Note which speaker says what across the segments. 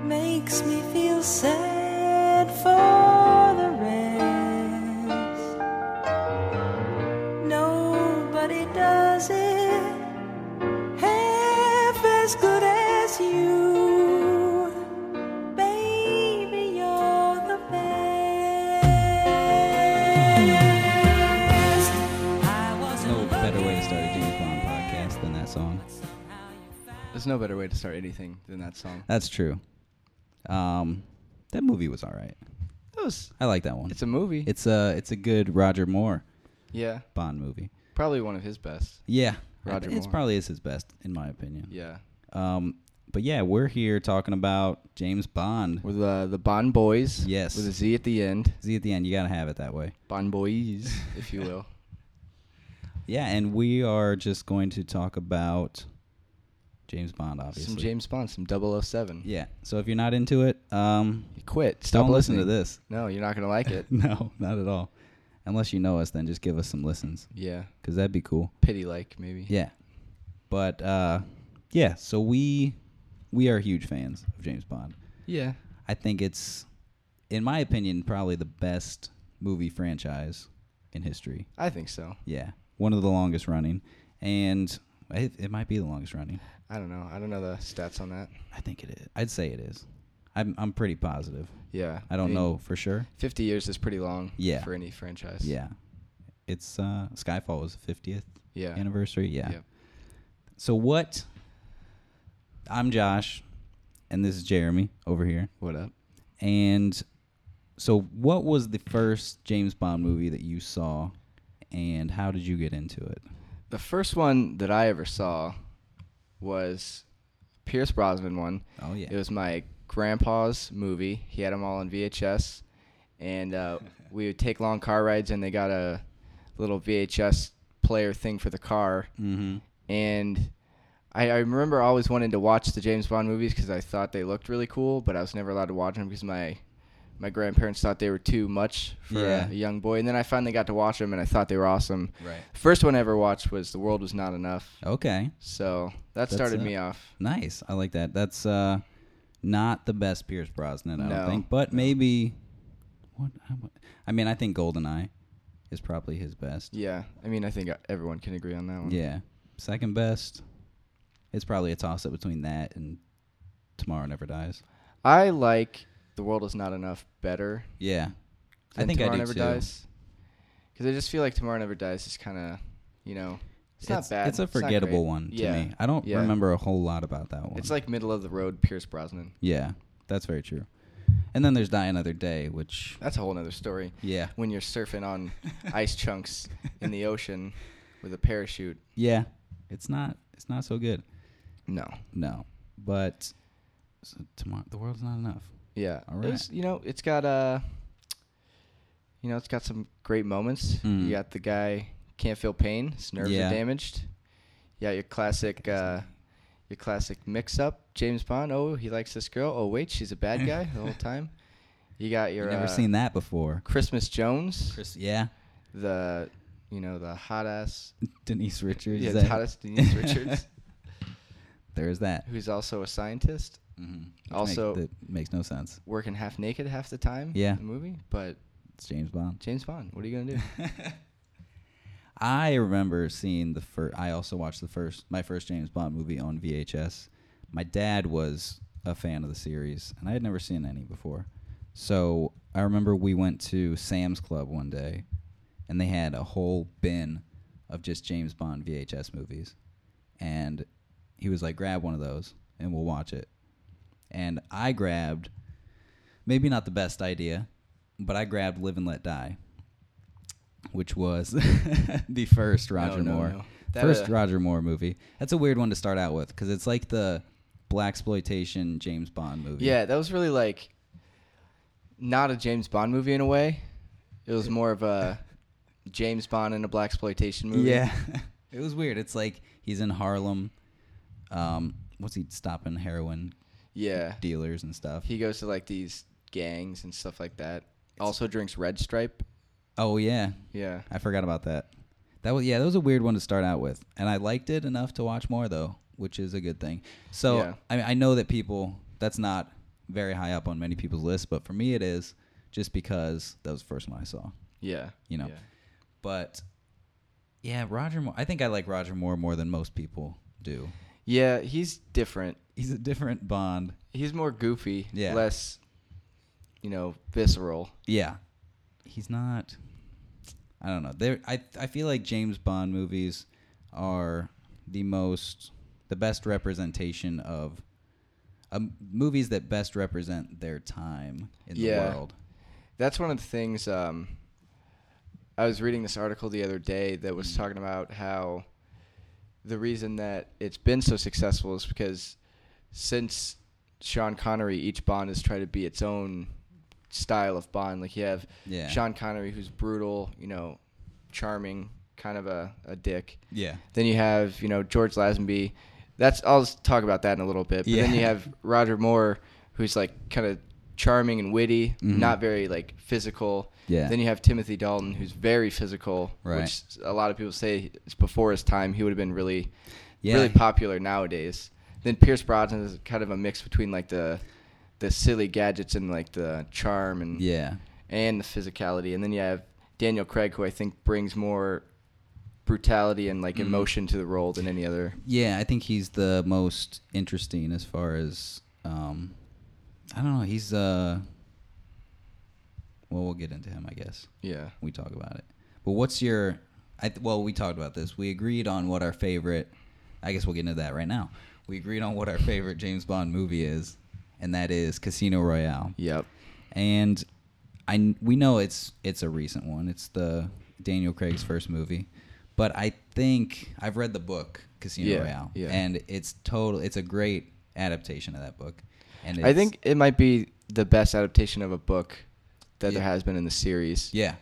Speaker 1: makes me feel sad for the rest. Nobody does it half as good as you. Baby, you're the best. I was
Speaker 2: No better way to start a Jimmy Fallon podcast than that song.
Speaker 3: There's no better way to start anything than that song.
Speaker 2: That's true. Um, that movie was all right.
Speaker 3: That was,
Speaker 2: I like that one.
Speaker 3: it's a movie.
Speaker 2: It's a it's a good Roger Moore
Speaker 3: yeah,
Speaker 2: Bond movie.
Speaker 3: probably one of his best.
Speaker 2: Yeah,
Speaker 3: Roger
Speaker 2: It's
Speaker 3: Moore.
Speaker 2: probably is his best in my opinion.
Speaker 3: Yeah,
Speaker 2: Um, but yeah, we're here talking about James Bond.
Speaker 3: with uh, the the Bond Boys.
Speaker 2: Yes.
Speaker 3: with a Z at the end.
Speaker 2: See at the end, you gotta have it that way.
Speaker 3: Bond Boys, if you will.
Speaker 2: Yeah, and we are just going to talk about James Bond, obviously.
Speaker 3: Some James Bond, some 007.
Speaker 2: Yeah. So if you're not into it, um,
Speaker 3: You quit. Stop
Speaker 2: don't listen
Speaker 3: listening
Speaker 2: to this.
Speaker 3: No, you're not gonna like it.
Speaker 2: No, not at all. Unless you know us, then just give us some listens
Speaker 3: yeah,
Speaker 2: because that'd be cool.
Speaker 3: pity like maybe.
Speaker 2: Yeah. But uh, yeah, so we we are huge fans of James Bond.
Speaker 3: yeah.
Speaker 2: I think it's, in my opinion, probably the best movie franchise in history.
Speaker 3: I think so.
Speaker 2: Yeah, one of the longest running, and it, it might be the longest running.
Speaker 3: I don't know. I don't know the stats on that.
Speaker 2: I think it is. I'd say it is. I'm I'm pretty positive.
Speaker 3: Yeah,
Speaker 2: I don't
Speaker 3: mean,
Speaker 2: know for sure.
Speaker 3: 50 years is pretty long.
Speaker 2: Yeah.
Speaker 3: for any franchise.
Speaker 2: Yeah, it's uh, Skyfall was the 50th
Speaker 3: yeah.
Speaker 2: anniversary. Yeah.
Speaker 3: Yep.
Speaker 2: So what? I'm Josh, and this is Jeremy over here.
Speaker 3: What up?
Speaker 2: And so, what was the first James Bond movie that you saw, and how did you get into it?
Speaker 3: The first one that I ever saw was Pierce Brosnan one.
Speaker 2: Oh yeah,
Speaker 3: It was my grandpa's movie. He had them all on VHS, and uh, we would take long car rides, and they got a little VHS player thing for the car.
Speaker 2: mm-hmm.
Speaker 3: And I, I remember always wanting to watch the James Bond movies because I thought they looked really cool, but I was never allowed to watch them because my my grandparents thought they were too much for
Speaker 2: Yeah.
Speaker 3: a, a young boy. And then I finally got to watch them, and I thought they were awesome.
Speaker 2: Right.
Speaker 3: First one I ever watched was The World Was Not Enough.
Speaker 2: Okay,
Speaker 3: So that
Speaker 2: That's
Speaker 3: started
Speaker 2: it.
Speaker 3: me off.
Speaker 2: nice. I like that. That's uh, not the best Pierce Brosnan, I don't
Speaker 3: No.
Speaker 2: think, but maybe. What? I wa- I mean, I think Goldeneye is probably his best.
Speaker 3: Yeah, I mean, I think uh, everyone can agree on that one.
Speaker 2: Yeah, second best. It's probably a toss up between that and Tomorrow Never Dies.
Speaker 3: I like The World Is Not Enough better
Speaker 2: Yeah,
Speaker 3: than
Speaker 2: I think
Speaker 3: Tomorrow
Speaker 2: I do
Speaker 3: Never
Speaker 2: too.
Speaker 3: Dies. Because I just feel like Tomorrow Never Dies is kind of, you know, it's, not bad.
Speaker 2: It's a
Speaker 3: not
Speaker 2: forgettable
Speaker 3: great.
Speaker 2: one to
Speaker 3: yeah.
Speaker 2: me. I don't
Speaker 3: Yeah.
Speaker 2: remember a whole lot about that one.
Speaker 3: It's like middle of the road Pierce Brosnan.
Speaker 2: yeah, that's very true. And then there's Die Another Day, which
Speaker 3: That's a whole nother story.
Speaker 2: yeah,
Speaker 3: When you're surfing on ice chunks in the ocean with a parachute.
Speaker 2: yeah, it's not it's not so good.
Speaker 3: No.
Speaker 2: No, but so tomorrow the world's not enough.
Speaker 3: Yeah.
Speaker 2: All
Speaker 3: It
Speaker 2: right.
Speaker 3: was, you know, it's got uh you know, it's got some great moments.
Speaker 2: Mm.
Speaker 3: You got the guy can't feel pain, his nerves
Speaker 2: Yeah.
Speaker 3: are damaged. Yeah, your classic uh your classic mix up, James Bond. Oh, he likes this girl. Oh wait, she's a bad guy the whole time. You got your
Speaker 2: You've never
Speaker 3: uh,
Speaker 2: seen that before.
Speaker 3: Christmas Jones.
Speaker 2: Chris, yeah,
Speaker 3: The you know, the hot ass
Speaker 2: Denise Richards.
Speaker 3: yeah,
Speaker 2: is
Speaker 3: the
Speaker 2: that-
Speaker 3: hottest Denise Richards,
Speaker 2: There's that.
Speaker 3: who's also a scientist,
Speaker 2: Mhm. Which
Speaker 3: Also-
Speaker 2: makes, that makes no sense.
Speaker 3: working half naked half the time
Speaker 2: Yeah.
Speaker 3: in the movie. But
Speaker 2: It's James Bond.
Speaker 3: James Bond, what are you gonna do?
Speaker 2: I remember seeing the first. I also watched the first, my first James Bond movie on VHS. My dad was a fan of the series, and I had never seen any before. So I remember we went to Sam's Club one day, and they had a whole bin of just James Bond VHS movies. And he was like, "Grab one of those, and we'll watch it." And I grabbed, maybe not the best idea, but I grabbed "Live and Let Die." which was the first Roger
Speaker 3: no,
Speaker 2: Moore,
Speaker 3: no. That,
Speaker 2: first
Speaker 3: uh,
Speaker 2: Roger Moore movie. That's a weird one to start out with because it's like the black exploitation James Bond movie.
Speaker 3: Yeah, that was really like not a James Bond movie in a way. It was more of a James Bond and a black exploitation movie.
Speaker 2: yeah, it was weird. It's like he's in Harlem. Um, what's he stopping heroin
Speaker 3: yeah.
Speaker 2: dealers and stuff?
Speaker 3: He goes to like these gangs and stuff like that. Also drinks Red Stripe.
Speaker 2: oh yeah,
Speaker 3: Yeah,
Speaker 2: I forgot about that. That was yeah, that was a weird one to start out with, and I liked it enough to watch more though, which is a good thing. So
Speaker 3: Yeah.
Speaker 2: I mean, I know that people that's not very high up on many people's lists, but for me it is just because that was the first one I saw.
Speaker 3: Yeah.
Speaker 2: You know.
Speaker 3: yeah.
Speaker 2: But yeah, Roger Moore. I think I like Roger Moore more than most people do.
Speaker 3: Yeah, he's different.
Speaker 2: He's a different Bond.
Speaker 3: He's more goofy,
Speaker 2: Yeah.
Speaker 3: less, you know, visceral.
Speaker 2: Yeah, he's not. I don't know. There, I I feel like James Bond movies are the most, the best representation of, um, movies that best represent their time in
Speaker 3: Yeah.
Speaker 2: the world.
Speaker 3: That's one of the things. Um, I was reading this article the other day that was talking about how the reason that it's been so successful is because since Sean Connery, each Bond has tried to be its own style of Bond. Like you have
Speaker 2: Yeah.
Speaker 3: Sean Connery, who's brutal, you know, charming, kind of a, a dick.
Speaker 2: Yeah.
Speaker 3: Then you have, you know, George Lazenby. That's I'll s- talk about that in a little bit. But then you
Speaker 2: Yeah.
Speaker 3: have Roger Moore, who's like kind of charming and witty,
Speaker 2: Mhm.
Speaker 3: not very like physical.
Speaker 2: Yeah.
Speaker 3: Then you have Timothy Dalton, who's very physical,
Speaker 2: Right.
Speaker 3: which a lot of people say is before his time. He would have been really,
Speaker 2: Yeah.
Speaker 3: really popular nowadays. Then Pierce Brosnan is kind of a mix between like the, the silly gadgets and like the charm and
Speaker 2: Yeah.
Speaker 3: and the physicality. And then you have Daniel Craig, who I think brings more brutality and
Speaker 2: Mm-hmm.
Speaker 3: like emotion to the role than any other.
Speaker 2: Yeah, I think he's the most interesting as far as um, I don't know. He's uh, well, we'll get into him, I guess.
Speaker 3: Yeah.
Speaker 2: we talk about it. But what's your? I th- well, we talked about this. We agreed on what our favorite. I guess we'll get into that right now. We agreed on what our favorite James Bond movie is, and that is Casino Royale.
Speaker 3: Yep.
Speaker 2: And I kn- we know it's it's a recent one. It's the Daniel Craig's first movie, but I think I've read the book Casino
Speaker 3: Yeah,
Speaker 2: Royale,
Speaker 3: yeah.
Speaker 2: and it's total. It's a great adaptation of that book. And it's,
Speaker 3: I think it might be the best adaptation of a book that there
Speaker 2: Yeah.
Speaker 3: has been in the series.
Speaker 2: yeah,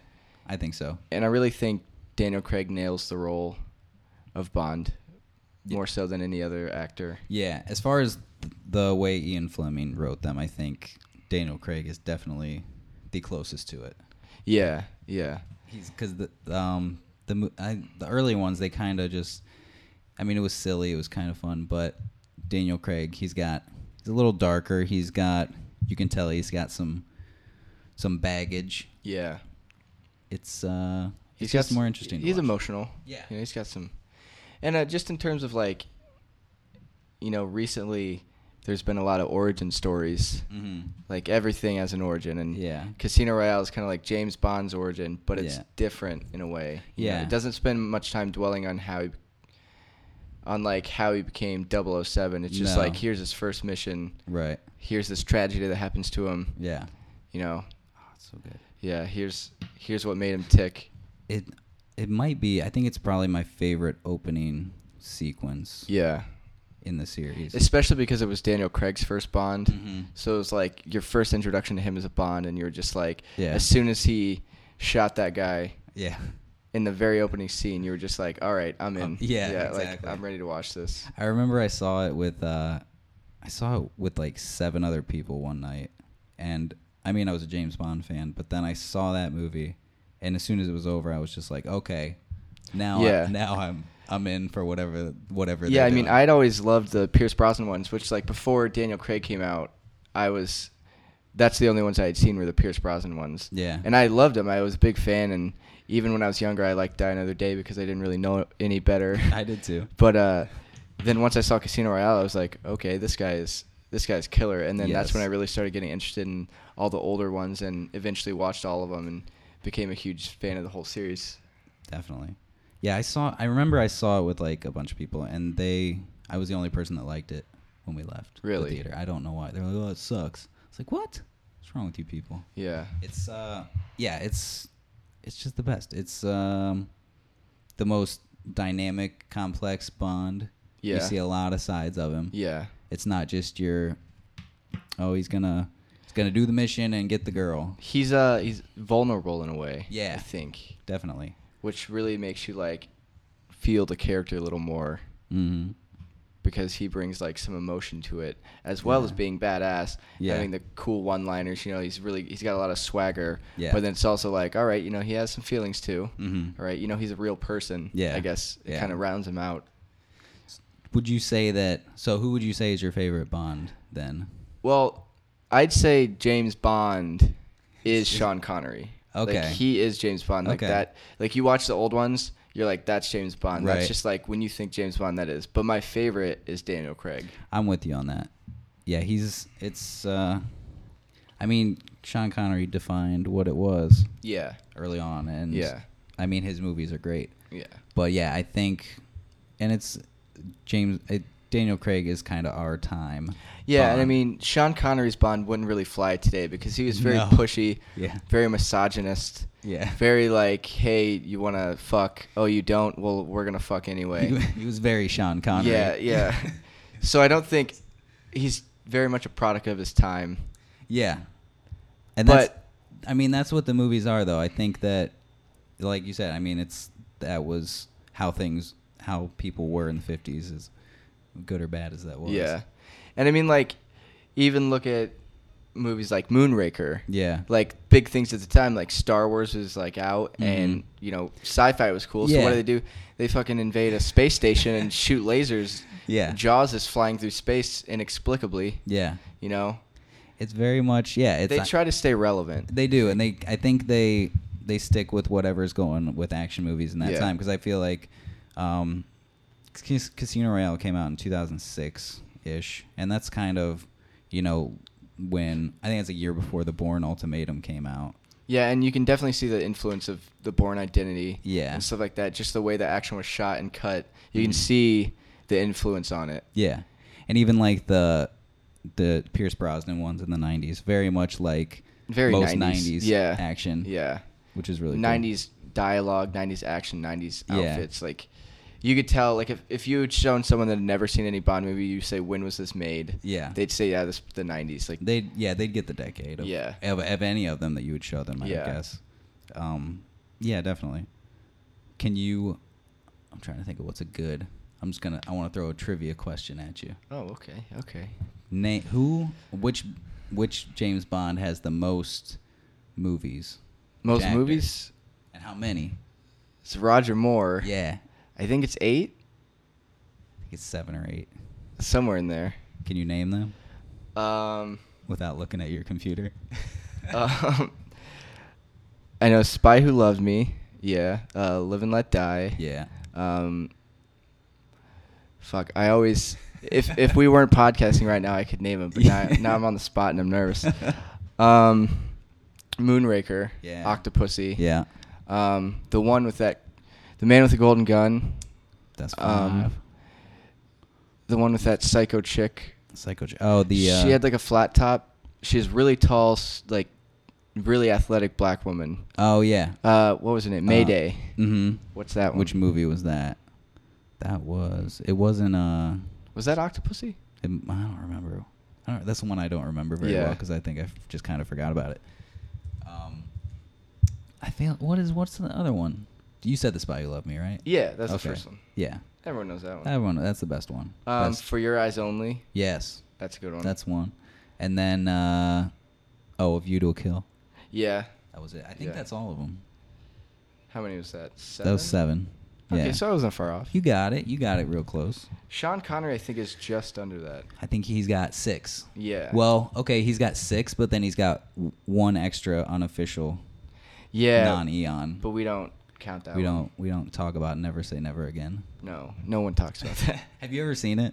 Speaker 2: I think so.
Speaker 3: And I really think Daniel Craig nails the role of Bond more so than any other actor.
Speaker 2: Yeah, as far as th- the way Ian Fleming wrote them, I think Daniel Craig is definitely the closest to it.
Speaker 3: Yeah. Yeah.
Speaker 2: He's because the um the mo- I, the early ones they kind of just, I mean it was silly, it was kind of fun, but Daniel Craig he's got he's a little darker. He's got you can tell he's got some some baggage.
Speaker 3: Yeah.
Speaker 2: It's uh it's
Speaker 3: got
Speaker 2: just
Speaker 3: s-
Speaker 2: more interesting. to
Speaker 3: He's
Speaker 2: watch.
Speaker 3: emotional.
Speaker 2: Yeah.
Speaker 3: You know, he's got some, and uh, just in terms of like, you know, recently there's been a lot of origin stories.
Speaker 2: Mhm.
Speaker 3: Like everything has an origin, and
Speaker 2: Yeah.
Speaker 3: Casino Royale is kind of like James Bond's origin, but it's
Speaker 2: Yeah.
Speaker 3: different in a way. You know,
Speaker 2: Yeah.
Speaker 3: it doesn't spend much time dwelling on how he, on like how he became 007. It's just
Speaker 2: No.
Speaker 3: like here's his first mission,
Speaker 2: Right.
Speaker 3: here's this tragedy that happens to him.
Speaker 2: Yeah.
Speaker 3: You know,
Speaker 2: Oh, it's so good.
Speaker 3: yeah. Here's here's what made him tick.
Speaker 2: It it might be. I think it's probably my favorite opening sequence
Speaker 3: Yeah.
Speaker 2: in the series.
Speaker 3: especially because it was Daniel Craig's first Bond.
Speaker 2: Mhm.
Speaker 3: So it was like your first introduction to him as a Bond, and you were just like,
Speaker 2: Yeah.
Speaker 3: as soon as he shot that guy
Speaker 2: yeah,
Speaker 3: in the very opening scene, you were just like, all right, I'm in.
Speaker 2: Um, yeah,
Speaker 3: like
Speaker 2: exactly.
Speaker 3: I'm ready to watch this.
Speaker 2: I remember I saw it with uh, I saw it with like seven other people one night, and I mean I was a James Bond fan, but then I saw that movie, and as soon as it was over, I was just like, okay, now
Speaker 3: Yeah.
Speaker 2: I, now I'm I'm in for whatever whatever.
Speaker 3: yeah,
Speaker 2: they're
Speaker 3: I mean,
Speaker 2: doing.
Speaker 3: I'd always loved the Pierce Brosnan ones, which like before Daniel Craig came out, I was. That's the only ones I had seen were the Pierce Brosnan ones.
Speaker 2: Yeah.
Speaker 3: And I loved them. I was a big fan, and even when I was younger, I liked Die Another Day because I didn't really know any better.
Speaker 2: I did too.
Speaker 3: But uh, then once I saw Casino Royale, I was like, okay, this guy is this guy's killer. And then that's when I
Speaker 2: Yes.
Speaker 3: really started getting interested in all the older ones, and eventually watched all of them, and became a huge fan of the whole series.
Speaker 2: Definitely. Yeah, I saw. I remember I saw it with like a bunch of people, and they. I was the only person that liked it when we left
Speaker 3: Really?
Speaker 2: the theater. I don't know why. They're like, "Oh, it sucks." It's like, what? What's wrong with you people?
Speaker 3: Yeah,
Speaker 2: It's uh, yeah, it's it's just the best. It's um, the most dynamic, complex Bond.
Speaker 3: Yeah.
Speaker 2: You see a lot of sides of him.
Speaker 3: yeah,
Speaker 2: It's not just your. Oh, he's gonna he's gonna do the mission and get the girl.
Speaker 3: he's uh he's vulnerable in a way.
Speaker 2: Yeah.
Speaker 3: I think,
Speaker 2: Definitely.
Speaker 3: which really makes you like feel the character a little more
Speaker 2: Mm-hmm.
Speaker 3: because he brings like some emotion to it as well as
Speaker 2: Yeah.
Speaker 3: being badass
Speaker 2: Yeah.
Speaker 3: having the cool one-liners you know he's really he's got a lot of swagger
Speaker 2: Yeah.
Speaker 3: but then it's also like all right you know he has some feelings too
Speaker 2: Mhm.
Speaker 3: all right you know he's a real person
Speaker 2: Yeah.
Speaker 3: i guess it
Speaker 2: Yeah.
Speaker 3: kind of rounds him out
Speaker 2: Would you say that? So, who would you say is your favorite Bond then?
Speaker 3: well I'd say James Bond is Sean Connery.
Speaker 2: Okay.
Speaker 3: Like, he is James Bond. Like
Speaker 2: Okay.
Speaker 3: that. Like you watch the old ones, you're like, that's James Bond.
Speaker 2: Right.
Speaker 3: That's just like when you think James Bond, that is. But my favorite is Daniel Craig.
Speaker 2: I'm with you on that. Yeah, he's it's. uh I mean, Sean Connery defined what it was
Speaker 3: Yeah.
Speaker 2: early on, and
Speaker 3: Yeah.
Speaker 2: I mean his movies are great.
Speaker 3: Yeah.
Speaker 2: But yeah, I think, and it's James it, Daniel Craig is kind of our time.
Speaker 3: Yeah, and I
Speaker 2: Bond.
Speaker 3: mean Sean Connery's Bond wouldn't really fly today because he was very
Speaker 2: No.
Speaker 3: pushy,
Speaker 2: Yeah.
Speaker 3: very misogynist,
Speaker 2: Yeah.
Speaker 3: very like, hey, you want to fuck? Oh, you don't? Well, we're gonna fuck
Speaker 2: He,
Speaker 3: anyway.
Speaker 2: he was very Sean Connery.
Speaker 3: yeah, yeah. so I don't think he's very much a product of his time.
Speaker 2: Yeah. And
Speaker 3: But-
Speaker 2: that's I mean that's what the movies are though. I think that like you said, I mean it's that was how things how people were in the 50s as good or bad as that was.
Speaker 3: Yeah, and I mean like, even look at movies like Moonraker.
Speaker 2: Yeah.
Speaker 3: Like big things at the time, like Star Wars was like out, and
Speaker 2: Mhm.
Speaker 3: you know sci-fi was cool. So
Speaker 2: Yeah.
Speaker 3: what do they do? They fucking invade a space station and shoot lasers.
Speaker 2: Yeah.
Speaker 3: Jaws is flying through space inexplicably.
Speaker 2: yeah.
Speaker 3: You know,
Speaker 2: It's very much yeah, it's
Speaker 3: they try to stay relevant.
Speaker 2: They do, and they I think they they stick with whatever's going with action movies in that
Speaker 3: Yeah.
Speaker 2: time because I feel like um, Cas- Casino Royale came out in 2006 ish, and that's kind of you know when I think it's a year before the Bourne Ultimatum came out.
Speaker 3: Yeah, and you can definitely see the influence of the Born Identity.
Speaker 2: Yeah.
Speaker 3: and stuff like that. Just the way the action was shot and cut, you can
Speaker 2: Mhm.
Speaker 3: see the influence on it.
Speaker 2: Yeah, and even like the the Pierce Brosnan ones in the 90s, very much like
Speaker 3: Very
Speaker 2: most
Speaker 3: 90s.
Speaker 2: 90s,
Speaker 3: Yeah.
Speaker 2: action,
Speaker 3: Yeah.
Speaker 2: which is Mm. really cool.
Speaker 3: 90s dialogue, 90s action, 90s
Speaker 2: Yeah.
Speaker 3: outfits. Like, you could tell, like, if, if you had shown someone that had never seen any Bond movie, you say, when was this made?
Speaker 2: Yeah.
Speaker 3: They'd say, yeah, this the 90s. Like,
Speaker 2: They yeah, they'd get the decade of
Speaker 3: Yeah.
Speaker 2: of, of any of them that you would show them, I
Speaker 3: Yeah.
Speaker 2: guess. Um yeah, definitely. Can you I'm trying to think of what's a good. I'm just going to I want to throw a trivia question at you.
Speaker 3: oh, okay, okay.
Speaker 2: Name who which which James Bond has the most movies?
Speaker 3: Most
Speaker 2: Actor.
Speaker 3: movies?
Speaker 2: And how many?
Speaker 3: It's Roger Moore.
Speaker 2: Yeah.
Speaker 3: I think it's eight,
Speaker 2: I think it's 7 or 8.
Speaker 3: somewhere in there.
Speaker 2: Can you name them
Speaker 3: Um,
Speaker 2: without looking at your computer?
Speaker 3: um, I know Spy Who Loved Me. Yeah. Uh, Live and Let Die.
Speaker 2: yeah.
Speaker 3: Um, fuck, I always if if we weren't podcasting right now, I could name him, but now, now I'm on the spot and I'm nervous. Um, Moonraker,
Speaker 2: Yeah.
Speaker 3: Octopussy,
Speaker 2: Yeah.
Speaker 3: Um, the one with that, the man with the golden gun,
Speaker 2: That's 5.
Speaker 3: Um, the one with that psycho chick.
Speaker 2: Psycho Oh, the uh,
Speaker 3: she had like a flat top. She's really tall, s- like really athletic black woman.
Speaker 2: Oh yeah.
Speaker 3: Uh, what was her name? Mayday.
Speaker 2: mm-hmm.
Speaker 3: What's that one?
Speaker 2: Which movie was that? That was. It wasn't. Uh,
Speaker 3: was that Octopussy?
Speaker 2: it, I don't remember. I don't, that's the one I don't remember very well
Speaker 3: Yeah.
Speaker 2: 'cause well because I think I f- just kind of forgot about it. Um, I feel. What is? What's the other one? You said the spy who loved me, right?
Speaker 3: Yeah, that's the first one.
Speaker 2: Yeah,
Speaker 3: Everyone knows that one.
Speaker 2: that one. That's the best one.
Speaker 3: Um,
Speaker 2: Best-
Speaker 3: for your eyes only.
Speaker 2: yes,
Speaker 3: That's a good one.
Speaker 2: that's one. And then, uh, oh, a view to a kill.
Speaker 3: yeah.
Speaker 2: That was it. I think
Speaker 3: Yeah.
Speaker 2: that's all of them.
Speaker 3: How many was that? Seven?
Speaker 2: That was seven.
Speaker 3: Okay,
Speaker 2: yeah.
Speaker 3: so I wasn't far off.
Speaker 2: you got it. You got it real close.
Speaker 3: Sean Connery, I think, is just under that.
Speaker 2: I think he's got six.
Speaker 3: Yeah.
Speaker 2: Well, okay, he's got six, but then he's got w- one extra unofficial
Speaker 3: yeah,
Speaker 2: non-Eon.
Speaker 3: but we don't count that.
Speaker 2: we
Speaker 3: one.
Speaker 2: don't we don't talk about Never Say Never Again.
Speaker 3: No, no one talks about that.
Speaker 2: Have you ever seen it?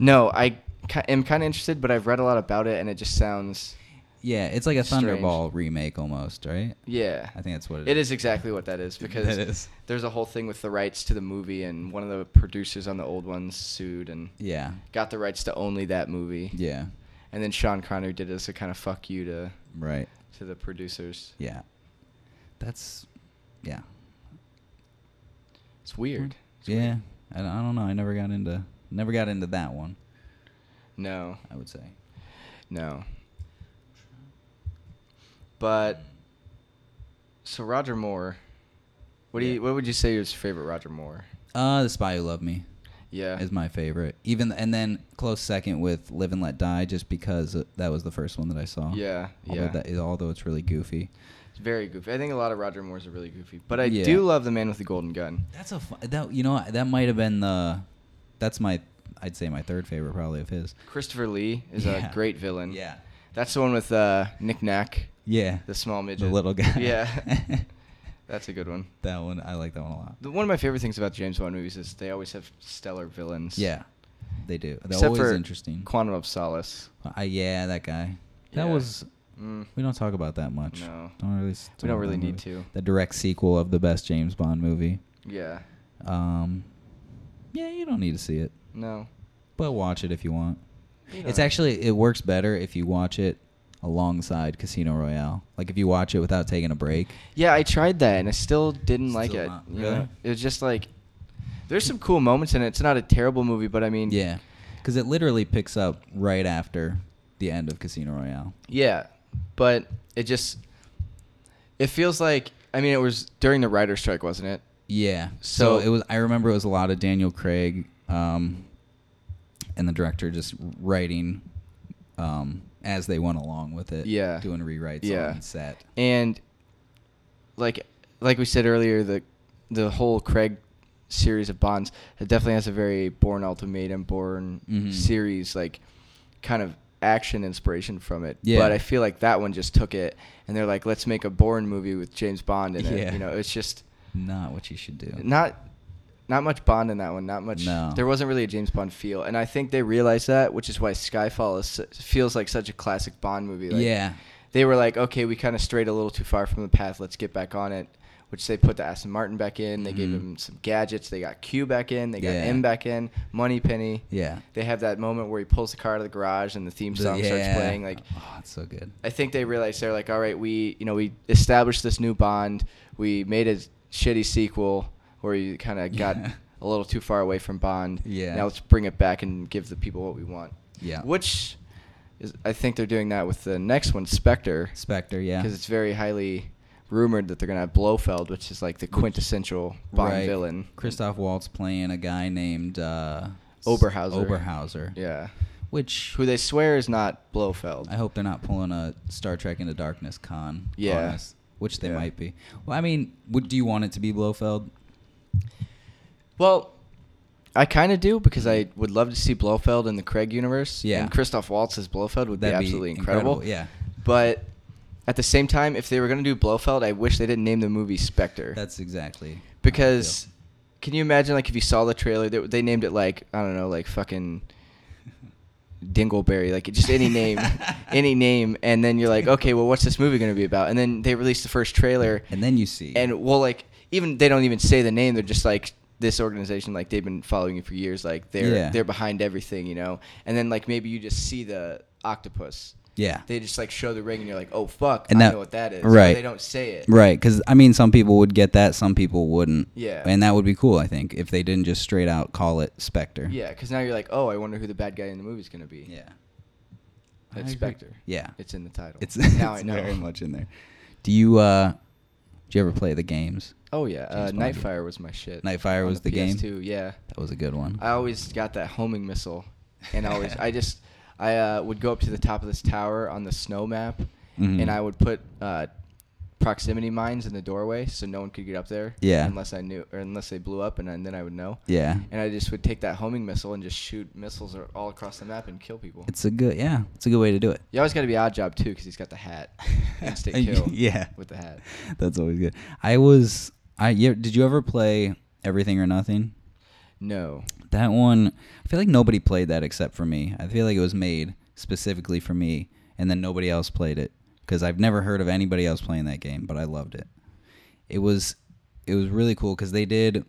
Speaker 3: no, I ki- am kind of interested, but I've read a lot about it, and it just sounds.
Speaker 2: Yeah, it's like a
Speaker 3: Strange.
Speaker 2: Thunderball remake almost, right?
Speaker 3: Yeah.
Speaker 2: I think that's what
Speaker 3: It is exactly what that is because
Speaker 2: That is.
Speaker 3: there's a whole thing with the rights to the movie, and one of the producers on the old one sued and
Speaker 2: Yeah,
Speaker 3: got the rights to only that movie.
Speaker 2: yeah,
Speaker 3: And then Sean Connery did it as a kind of fuck you to
Speaker 2: right,
Speaker 3: to the producers.
Speaker 2: yeah. That's yeah,
Speaker 3: It's weird. It's
Speaker 2: Hmm. yeah.
Speaker 3: weird.
Speaker 2: I, don't- I don't know. I never got into never got into that one.
Speaker 3: No.
Speaker 2: I would say.
Speaker 3: No. But so Roger Moore, what do
Speaker 2: Yeah.
Speaker 3: you what would you say is your favorite Roger Moore?
Speaker 2: Uh, The Spy Who Loved Me.
Speaker 3: Yeah.
Speaker 2: is my favorite. Even and then close second with Live and Let Die, just because uh, that was the first one that I saw.
Speaker 3: yeah.
Speaker 2: although
Speaker 3: Yeah.
Speaker 2: that- although it's really goofy.
Speaker 3: It's very goofy. I think a lot of Roger Moore's are really goofy, but I
Speaker 2: Yeah.
Speaker 3: do love The Man with the Golden Gun.
Speaker 2: That's a fu- that you know that might have been the that's my I'd say my third favorite probably of his.
Speaker 3: Christopher Lee is
Speaker 2: Yeah.
Speaker 3: a great villain.
Speaker 2: Yeah,
Speaker 3: That's the one with uh, Nick Knack,
Speaker 2: Yeah.
Speaker 3: the small midget.
Speaker 2: The little guy.
Speaker 3: Yeah. That's a good one.
Speaker 2: that one I like that one a lot.
Speaker 3: The, one of my favorite things about James Bond movies is they always have stellar villains.
Speaker 2: Yeah. They do. They're
Speaker 3: Except
Speaker 2: always
Speaker 3: for
Speaker 2: interesting.
Speaker 3: Quantum of Solace.
Speaker 2: I, Uh, yeah, that guy. That
Speaker 3: Yeah.
Speaker 2: was
Speaker 3: Mm.
Speaker 2: we don't talk about that much.
Speaker 3: No.
Speaker 2: Don't really
Speaker 3: We don't really need to.
Speaker 2: The direct sequel of the best James Bond movie.
Speaker 3: Yeah.
Speaker 2: Um Yeah, you don't need to see it.
Speaker 3: No.
Speaker 2: But watch it if you want.
Speaker 3: You
Speaker 2: It's
Speaker 3: don't-
Speaker 2: actually it works better if you watch it alongside Casino Royale. Like if you watch it without taking a break.
Speaker 3: Yeah, I tried that and I still didn't like
Speaker 2: Still
Speaker 3: it.
Speaker 2: not-
Speaker 3: you
Speaker 2: really?
Speaker 3: know? It was just like there's some cool moments in it. It's not a terrible movie, but I mean
Speaker 2: Yeah. Cuz it literally picks up right after the end of Casino Royale.
Speaker 3: Yeah. But it just it feels like I mean it was during the writer's strike, wasn't it?
Speaker 2: Yeah. So,
Speaker 3: So-
Speaker 2: it was. I remember it was a lot of Daniel Craig, um, and the director just writing, um, as they went along with it.
Speaker 3: Yeah.
Speaker 2: Doing rewrites
Speaker 3: Yeah.
Speaker 2: on set.
Speaker 3: And like like we said earlier, the the whole Craig series of Bonds it definitely has a very Born Ultimatum, Born
Speaker 2: Mhm.
Speaker 3: series like kind of action inspiration from it.
Speaker 2: Yeah.
Speaker 3: But I feel like that one just took it and they're like, let's make a Born movie with James Bond in it.
Speaker 2: Yeah.
Speaker 3: You know, it's just
Speaker 2: Not what you should do.
Speaker 3: not not much Bond in that one. Not much.
Speaker 2: No.
Speaker 3: There wasn't really a James Bond feel, and I think they realized that, which is why Skyfall is, su- feels like such a classic Bond movie. Like,
Speaker 2: yeah.
Speaker 3: They were like, okay, we kind of strayed a little too far from the path. Let's get back on it. Which they put the Aston Martin back in. They gave
Speaker 2: Mhm.
Speaker 3: him some gadgets. They got Q back in. They got
Speaker 2: Yeah.
Speaker 3: M back in. Money Penny.
Speaker 2: Yeah.
Speaker 3: They have that moment where he pulls the car out of the garage and the theme
Speaker 2: The-
Speaker 3: song starts
Speaker 2: yeah.
Speaker 3: playing. Like
Speaker 2: oh, it's so good.
Speaker 3: I think they realized they're like, all right, we you know we established this new bond. We made a shitty sequel where you kind of got
Speaker 2: Yeah.
Speaker 3: a little too far away from Bond.
Speaker 2: Yeah.
Speaker 3: Now let's bring it back and give the people what we want.
Speaker 2: Yeah.
Speaker 3: Which is I think they're doing that with the next one, Spectre,
Speaker 2: Spectre. Yeah.
Speaker 3: because it's very highly rumored that they're gonna have Blofeld, which is like the quintessential Bond
Speaker 2: Right.
Speaker 3: villain.
Speaker 2: Christoph Waltz playing a guy named uh, s-
Speaker 3: Oberhauser.
Speaker 2: Oberhauser.
Speaker 3: Yeah.
Speaker 2: Which
Speaker 3: Who they swear is not Blofeld.
Speaker 2: I hope they're not pulling a Star Trek Into Darkness con.
Speaker 3: Yeah.
Speaker 2: on us, which they
Speaker 3: Yeah.
Speaker 2: might be. Well, I mean, would do you want it to be Blofeld?
Speaker 3: Well, I kind of do because I would love to see Blofeld in the Craig universe.
Speaker 2: Yeah.
Speaker 3: And Christoph Waltz as Blofeld would
Speaker 2: That'd
Speaker 3: be absolutely incredible.
Speaker 2: Yeah,
Speaker 3: But at the same time, if they were going to do Blofeld, I wish they didn't name the movie Spectre.
Speaker 2: that's exactly how I
Speaker 3: because can you imagine like if you saw the trailer they, they named it like I don't know, like fucking Dingleberry, like just any name, any name, and then you're like, okay, well, what's this movie going to be about? And then they release the first trailer,
Speaker 2: feel. and then you see,
Speaker 3: and well like even they don't even say the name they're just like this organization like they've been following you for years like they're
Speaker 2: Yeah.
Speaker 3: they're behind everything you know and then like maybe you just see the octopus
Speaker 2: yeah,
Speaker 3: they just like show the ring and you're like oh fuck
Speaker 2: And
Speaker 3: i
Speaker 2: that-
Speaker 3: know what that is
Speaker 2: right.
Speaker 3: they don't say it
Speaker 2: right. Because I mean, some people would get that, some people wouldn't.
Speaker 3: Yeah.
Speaker 2: and that would be cool. I think if they didn't just straight out call it Spectre.
Speaker 3: yeah because now you're like oh i wonder who the bad guy in the movie's gonna be
Speaker 2: yeah, I
Speaker 3: it's
Speaker 2: agree.
Speaker 3: spectre
Speaker 2: yeah.
Speaker 3: it's in the title
Speaker 2: It's,
Speaker 3: now
Speaker 2: it's
Speaker 3: i know
Speaker 2: very much in there. Do you uh, do you ever play the games?
Speaker 3: oh yeah uh,
Speaker 2: James Bond.
Speaker 3: nightfire was my shit
Speaker 2: Nightfire
Speaker 3: On
Speaker 2: was the game?
Speaker 3: PS2, yeah
Speaker 2: That was a good one.
Speaker 3: I always got that homing missile, and I always I just I uh, would go up to the top of this tower on the snow map,
Speaker 2: Mhm.
Speaker 3: and I would put uh, proximity mines in the doorway so no one could get up there.
Speaker 2: Yeah.
Speaker 3: Unless I knew, or unless they blew up, and, then- then I would know.
Speaker 2: yeah,
Speaker 3: And I just would take that homing missile and just shoot missiles ar- all across the map and kill people.
Speaker 2: it's a good yeah, it's a good way to do it.
Speaker 3: You always got to be odd job too, because he's got the hat, instant
Speaker 2: And-
Speaker 3: kill.
Speaker 2: yeah.
Speaker 3: With the hat.
Speaker 2: That's always good. I was I yeah, did you ever play Everything or Nothing?
Speaker 3: No.
Speaker 2: That one, I feel like nobody played that except for me. I feel like it was made specifically for me, and then nobody else played it because I've never heard of anybody else playing that game. But I loved it. It was it was really cool because they did.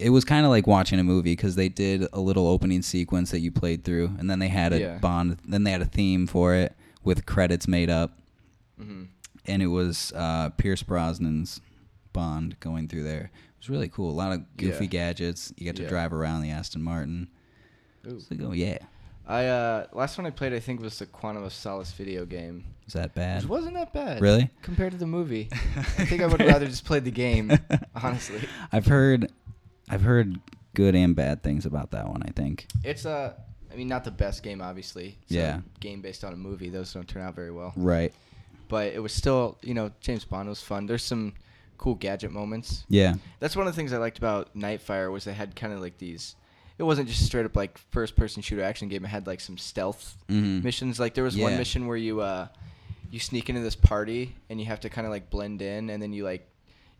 Speaker 2: It was kind of like watching a movie because they did a little opening sequence that you played through, and then they had a
Speaker 3: Yeah.
Speaker 2: bond. Then they had a theme for it with credits made up,
Speaker 3: Mhm.
Speaker 2: and it was uh, Pierce Brosnan's Bond going through there. It was really cool. A lot of goofy
Speaker 3: Yeah.
Speaker 2: gadgets. You get to
Speaker 3: Yeah.
Speaker 2: drive around the Aston Martin.
Speaker 3: Ooh.
Speaker 2: So go, yeah.
Speaker 3: I uh, last one I played I think was the Quantum of Solace video game.
Speaker 2: Is that bad?
Speaker 3: Which wasn't that bad.
Speaker 2: Really?
Speaker 3: Compared to the movie. I think I would rather just play the game, honestly.
Speaker 2: I've heard, I've heard good and bad things about that one. I think.
Speaker 3: It's a, I mean, not the best game, obviously. It's a
Speaker 2: Yeah.
Speaker 3: game based on a movie. Those don't turn out very well.
Speaker 2: Right.
Speaker 3: But it was still, you know, James Bond was fun. There's some cool gadget moments.
Speaker 2: Yeah.
Speaker 3: That's one of the things I liked about Nightfire was they had kind of like these it wasn't just straight up like first person shooter action game. It had like some stealth
Speaker 2: Mhm.
Speaker 3: missions. Like there was one
Speaker 2: Yeah.
Speaker 3: mission where you uh, you sneak into this party and you have to kind of like blend in, and then you like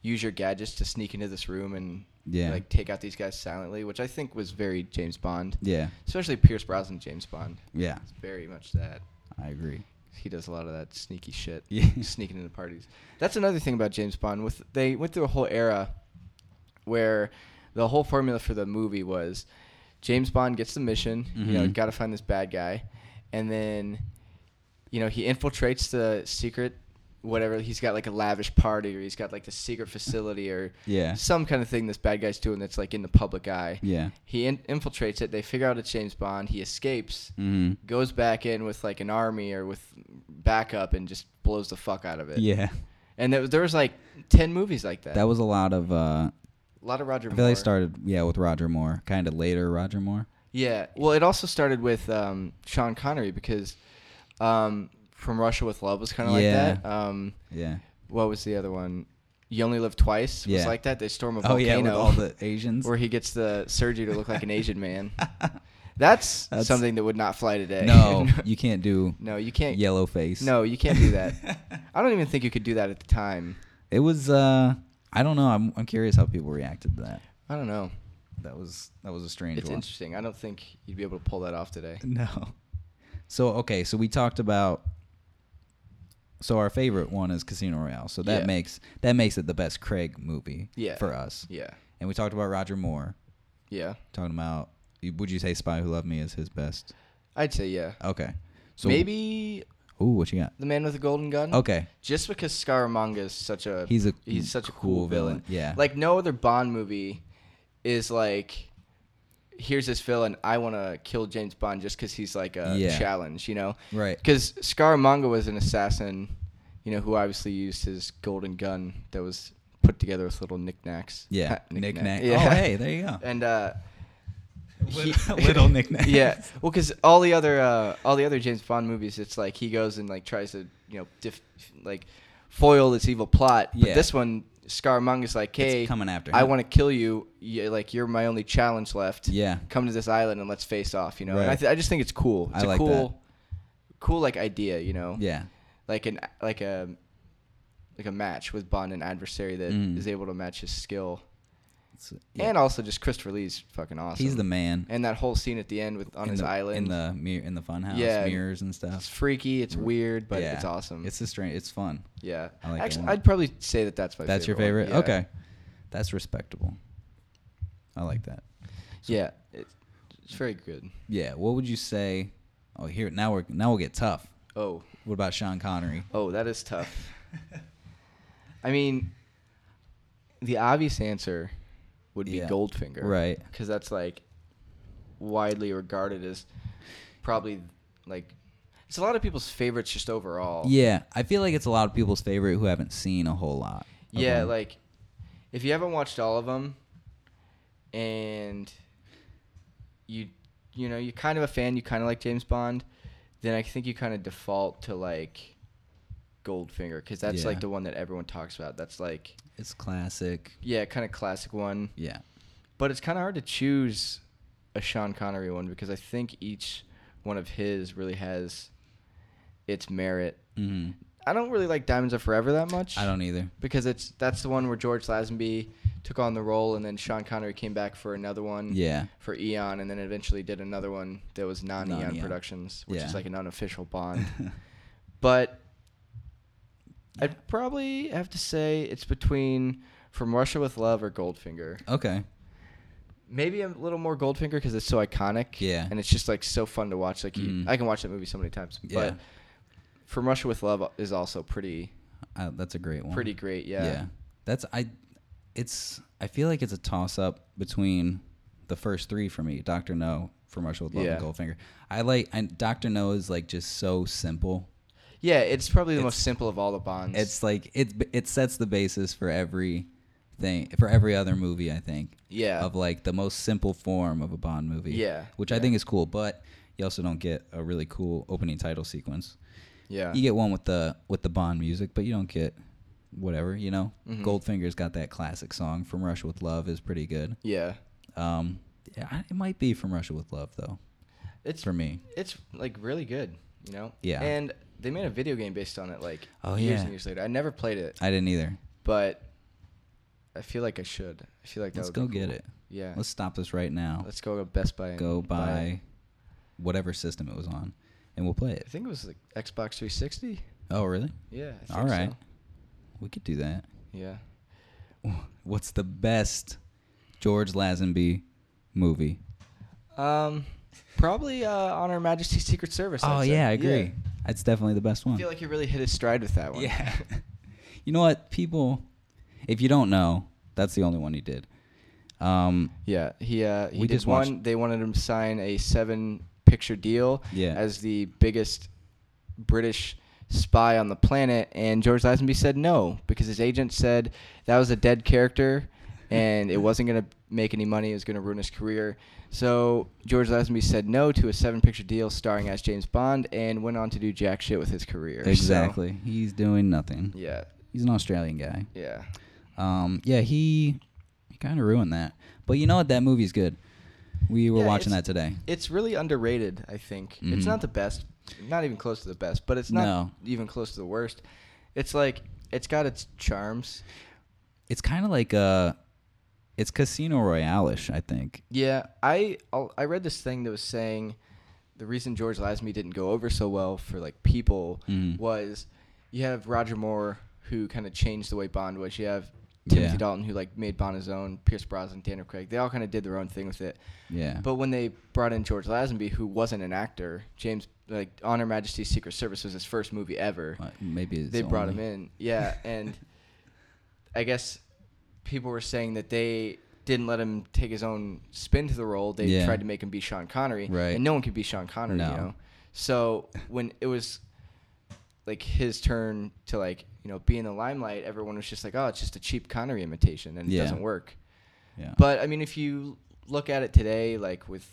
Speaker 3: use your gadgets to sneak into this room and
Speaker 2: Yeah.
Speaker 3: like take out these guys silently, which I think was very James Bond.
Speaker 2: Yeah.
Speaker 3: Especially Pierce Brosnan James Bond.
Speaker 2: Yeah.
Speaker 3: It's very much that.
Speaker 2: I agree.
Speaker 3: He does a lot of that sneaky shit.
Speaker 2: Yeah.
Speaker 3: Sneaking into parties. That's another thing about James Bond. With they went through a whole era where the whole formula for the movie was James Bond gets the mission, you know,
Speaker 2: Mhm.
Speaker 3: gotta find this bad guy, and then you know, he infiltrates the secret whatever he's got like a lavish party or he's got like the secret facility or
Speaker 2: Yeah.
Speaker 3: some kind of thing this bad guy's doing that's like in the public eye.
Speaker 2: Yeah.
Speaker 3: He in- infiltrates it. They figure out it's James Bond. He escapes,
Speaker 2: Mhm.
Speaker 3: goes back in with like an army or with backup, and just blows the fuck out of it.
Speaker 2: Yeah.
Speaker 3: And there was, there was like ten movies like that.
Speaker 2: That was a lot of. uh
Speaker 3: a lot of Roger.
Speaker 2: I feel like
Speaker 3: Moore.
Speaker 2: it started yeah with Roger Moore, kind of later Roger Moore.
Speaker 3: Yeah. Well, it also started with um, Sean Connery because um, from Russia with Love was kind of
Speaker 2: Yeah.
Speaker 3: like that. Um,
Speaker 2: Yeah.
Speaker 3: what was the other one? You only live twice was
Speaker 2: Yeah.
Speaker 3: like that. They storm a
Speaker 2: Oh
Speaker 3: volcano.
Speaker 2: yeah, with all the Asians.
Speaker 3: where he gets the surgery to look like an Asian man. That's,
Speaker 2: That's-
Speaker 3: something that would not fly today.
Speaker 2: no, you can't do
Speaker 3: no, you can't.
Speaker 2: yellow face.
Speaker 3: No, you can't do that. I don't even think you could do that at the time.
Speaker 2: It was. uh I don't know. I'm I'm curious how people reacted to that.
Speaker 3: I don't know.
Speaker 2: That was that was a strange
Speaker 3: it's
Speaker 2: one.
Speaker 3: interesting. I don't think you'd be able to pull that off today.
Speaker 2: No. So okay, so we talked about so our favorite one is Casino Royale. So that
Speaker 3: Yeah.
Speaker 2: makes that makes it the best Craig movie
Speaker 3: Yeah.
Speaker 2: for us.
Speaker 3: Yeah.
Speaker 2: And we talked about Roger Moore.
Speaker 3: Yeah.
Speaker 2: Talking about would you say Spy Who Loved Me is his best?
Speaker 3: I'd say yeah.
Speaker 2: Okay. So
Speaker 3: Maybe
Speaker 2: Ooh, what you got?
Speaker 3: the man with the golden gun.
Speaker 2: Okay.
Speaker 3: Just because Scaramanga is such a
Speaker 2: He's a
Speaker 3: he's such a
Speaker 2: cool
Speaker 3: cool, villain.
Speaker 2: villain, yeah.
Speaker 3: Like no other Bond movie is like here's this villain I want to kill James Bond just cuz he's like a
Speaker 2: Yeah.
Speaker 3: challenge, you know.
Speaker 2: Right.
Speaker 3: Cuz Scaramanga was an assassin, you know, who obviously used his golden gun that was put together with little knickknacks.
Speaker 2: Yeah.
Speaker 3: Knick-knack.
Speaker 2: Knick-knack.
Speaker 3: Yeah.
Speaker 2: Oh, hey, there you go.
Speaker 3: And uh
Speaker 2: Little- little knick-knacks.
Speaker 3: Yeah, well, because all the other uh, all the other James Bond movies, it's like he goes and like tries to you know diff- like foil this evil plot. But
Speaker 2: Yeah.
Speaker 3: this one, Scarmonger's like, hey,
Speaker 2: coming after
Speaker 3: I
Speaker 2: him."
Speaker 3: want to kill you. you. Like you're my only challenge left.
Speaker 2: Yeah.
Speaker 3: come to this island and let's face off. You know, and I,
Speaker 2: Right.
Speaker 3: th- I just think it's cool.
Speaker 2: I
Speaker 3: It's a
Speaker 2: like that.
Speaker 3: cool, cool like idea. You know,
Speaker 2: Yeah.
Speaker 3: like an like a like a match with Bond an adversary that is
Speaker 2: Mm.
Speaker 3: able to match his skill.
Speaker 2: It's- yeah.
Speaker 3: And also, just Christopher Lee's fucking awesome.
Speaker 2: he's the man.
Speaker 3: and that whole scene at the end with on
Speaker 2: in
Speaker 3: his
Speaker 2: the,
Speaker 3: island
Speaker 2: in the mir- in the funhouse,
Speaker 3: Yeah.
Speaker 2: mirrors and stuff.
Speaker 3: It's freaky. It's weird, but
Speaker 2: Yeah.
Speaker 3: it's awesome.
Speaker 2: It's a strange. It's fun.
Speaker 3: yeah.
Speaker 2: I like that
Speaker 3: Actually,
Speaker 2: one.
Speaker 3: I'd probably say that that's my.
Speaker 2: That's your
Speaker 3: favorite
Speaker 2: favorite?
Speaker 3: one. Yeah.
Speaker 2: Okay. That's respectable. I like that.
Speaker 3: Yeah, it, it's very good.
Speaker 2: Yeah, what would you say? Oh, here now we're now we'll get tough.
Speaker 3: Oh,
Speaker 2: What about Sean Connery?
Speaker 3: oh, that is tough. I mean, the obvious answer would be
Speaker 2: Yeah.
Speaker 3: Goldfinger,
Speaker 2: Right.
Speaker 3: Because that's like widely regarded as probably like it's a lot of people's favorites just overall.
Speaker 2: Yeah, I feel like it's a lot of people's favorite who haven't seen a whole lot. of
Speaker 3: Yeah,
Speaker 2: them.
Speaker 3: like if you haven't watched all of them, and you you know you're kind of a fan, you kind of like James Bond, then I think you kind of default to like Goldfinger because that's
Speaker 2: Yeah.
Speaker 3: like the one that everyone talks about. That's like
Speaker 2: it's classic.
Speaker 3: yeah, kind of classic one,
Speaker 2: Yeah.
Speaker 3: but it's kind of hard to choose a Sean Connery one because I think each one of his really has its merit.
Speaker 2: hmm
Speaker 3: I don't really like Diamonds Are Forever that much
Speaker 2: I don't either.
Speaker 3: because it's that's the one where George Lazenby took on the role, and then Sean Connery came back for another one
Speaker 2: Yeah.
Speaker 3: for Eon, and then eventually did another one that was non Eon
Speaker 2: Non-Eon.
Speaker 3: Productions, which
Speaker 2: Yeah.
Speaker 3: is like an unofficial Bond. but I'd probably have to say it's between From Russia with Love or Goldfinger.
Speaker 2: okay.
Speaker 3: Maybe a little more Goldfinger because it's so iconic.
Speaker 2: Yeah.
Speaker 3: and it's just like so fun to watch. Like you-
Speaker 2: Mm.
Speaker 3: I can watch that movie so many times.
Speaker 2: Yeah.
Speaker 3: But From Russia with Love is also pretty
Speaker 2: Uh, that's a great one.
Speaker 3: pretty great. Yeah.
Speaker 2: That's I it's I feel like it's a toss up between the first three for me, Doctor No from Marshall with Love
Speaker 3: Yeah.
Speaker 2: and Goldfinger. I like and Doctor No is like just so simple.
Speaker 3: Yeah, it's probably the
Speaker 2: It's-
Speaker 3: most simple of all the Bonds.
Speaker 2: It's like it it sets the basis for every thing for every other movie, I think.
Speaker 3: Yeah.
Speaker 2: Of like the most simple form of a Bond movie.
Speaker 3: Yeah,
Speaker 2: Which I
Speaker 3: yeah.
Speaker 2: think is cool, but you also don't get a really cool opening title sequence.
Speaker 3: yeah,
Speaker 2: you get one with the with the Bond music, but you don't get whatever,
Speaker 3: Mm-hmm.
Speaker 2: you know. Goldfinger's got that classic song from Russia with Love is pretty good.
Speaker 3: yeah.
Speaker 2: Um, Yeah, it might be from Russia with Love though.
Speaker 3: It's
Speaker 2: for me.
Speaker 3: It's like really good, you know.
Speaker 2: Yeah.
Speaker 3: And they made a video game based on it, like
Speaker 2: Oh,
Speaker 3: years
Speaker 2: yeah.
Speaker 3: and years later. I never played it,
Speaker 2: I didn't either.
Speaker 3: but I feel like I should. I feel like that
Speaker 2: Let's
Speaker 3: would
Speaker 2: go
Speaker 3: be
Speaker 2: get
Speaker 3: cool.
Speaker 2: it.
Speaker 3: Yeah.
Speaker 2: Let's stop this right now.
Speaker 3: Let's go to Best Buy. And
Speaker 2: go
Speaker 3: it.
Speaker 2: buy whatever system it was on, and we'll play it.
Speaker 3: I think it was like Xbox 360.
Speaker 2: Oh, really?
Speaker 3: Yeah. I think
Speaker 2: All right,
Speaker 3: so.
Speaker 2: we could do that.
Speaker 3: Yeah.
Speaker 2: What's the best George Lazenby movie?
Speaker 3: Um, probably uh, on Her Majesty's Secret Service.
Speaker 2: Oh
Speaker 3: I'd say.
Speaker 2: yeah, I agree. It's definitely the best one.
Speaker 3: I feel like he really hit his stride with that one.
Speaker 2: Yeah. you know what, people? If you don't know, that's the only one he did. Um,
Speaker 3: Yeah, he uh, he
Speaker 2: We
Speaker 3: did
Speaker 2: just watched-
Speaker 3: one. They wanted him to sign a seven-picture deal
Speaker 2: Yeah.
Speaker 3: as the biggest British spy on the planet, and George Lazenby said no because his agent said that was a dead character, and it wasn't gonna make any money. It was gonna ruin his career. So George Lazenby said no to a seven-picture deal starring as James Bond, and went on to do jack shit with his career. So,
Speaker 2: exactly. He's doing nothing.
Speaker 3: yeah,
Speaker 2: He's an Australian guy.
Speaker 3: yeah,
Speaker 2: Um, yeah, he, he kind of ruined that. But you know what? That movie's good. We were
Speaker 3: Yeah,
Speaker 2: watching that
Speaker 3: it's-
Speaker 2: today.
Speaker 3: it's really underrated. I think it's
Speaker 2: Mhm.
Speaker 3: not the best, not even close to the best, but it's not
Speaker 2: No.
Speaker 3: even close to the worst. It's like it's got its charms.
Speaker 2: It's kind of like uh, it's Casino Royale-ish, I think.
Speaker 3: Yeah, I I'll, I read this thing that was saying the reason George Lazenby didn't go over so well for like people
Speaker 2: Mm.
Speaker 3: was you have Roger Moore who kind of changed the way Bond was. You have Timothy
Speaker 2: Yeah.
Speaker 3: Dalton who like made Bond his own. Pierce Brosnan, Daniel Craig, they all kind of did their own thing with it.
Speaker 2: Yeah.
Speaker 3: But when they brought in George Lazenby, who wasn't an actor, James like On Her Majesty's Secret Service was his first movie ever.
Speaker 2: Uh, maybe it's
Speaker 3: they brought
Speaker 2: only-
Speaker 3: him in, yeah, and I guess people were saying that they didn't let him take his own spin to the role. They
Speaker 2: Yeah.
Speaker 3: tried to make him be Sean Connery,
Speaker 2: Right.
Speaker 3: and no one could be Sean Connery,
Speaker 2: No.
Speaker 3: you know. So when it was like his turn to like you know be in the limelight, everyone was just like, oh, it's just a cheap Connery imitation, and it
Speaker 2: Yeah.
Speaker 3: doesn't work.
Speaker 2: Yeah.
Speaker 3: But I mean, if you look at it today, like with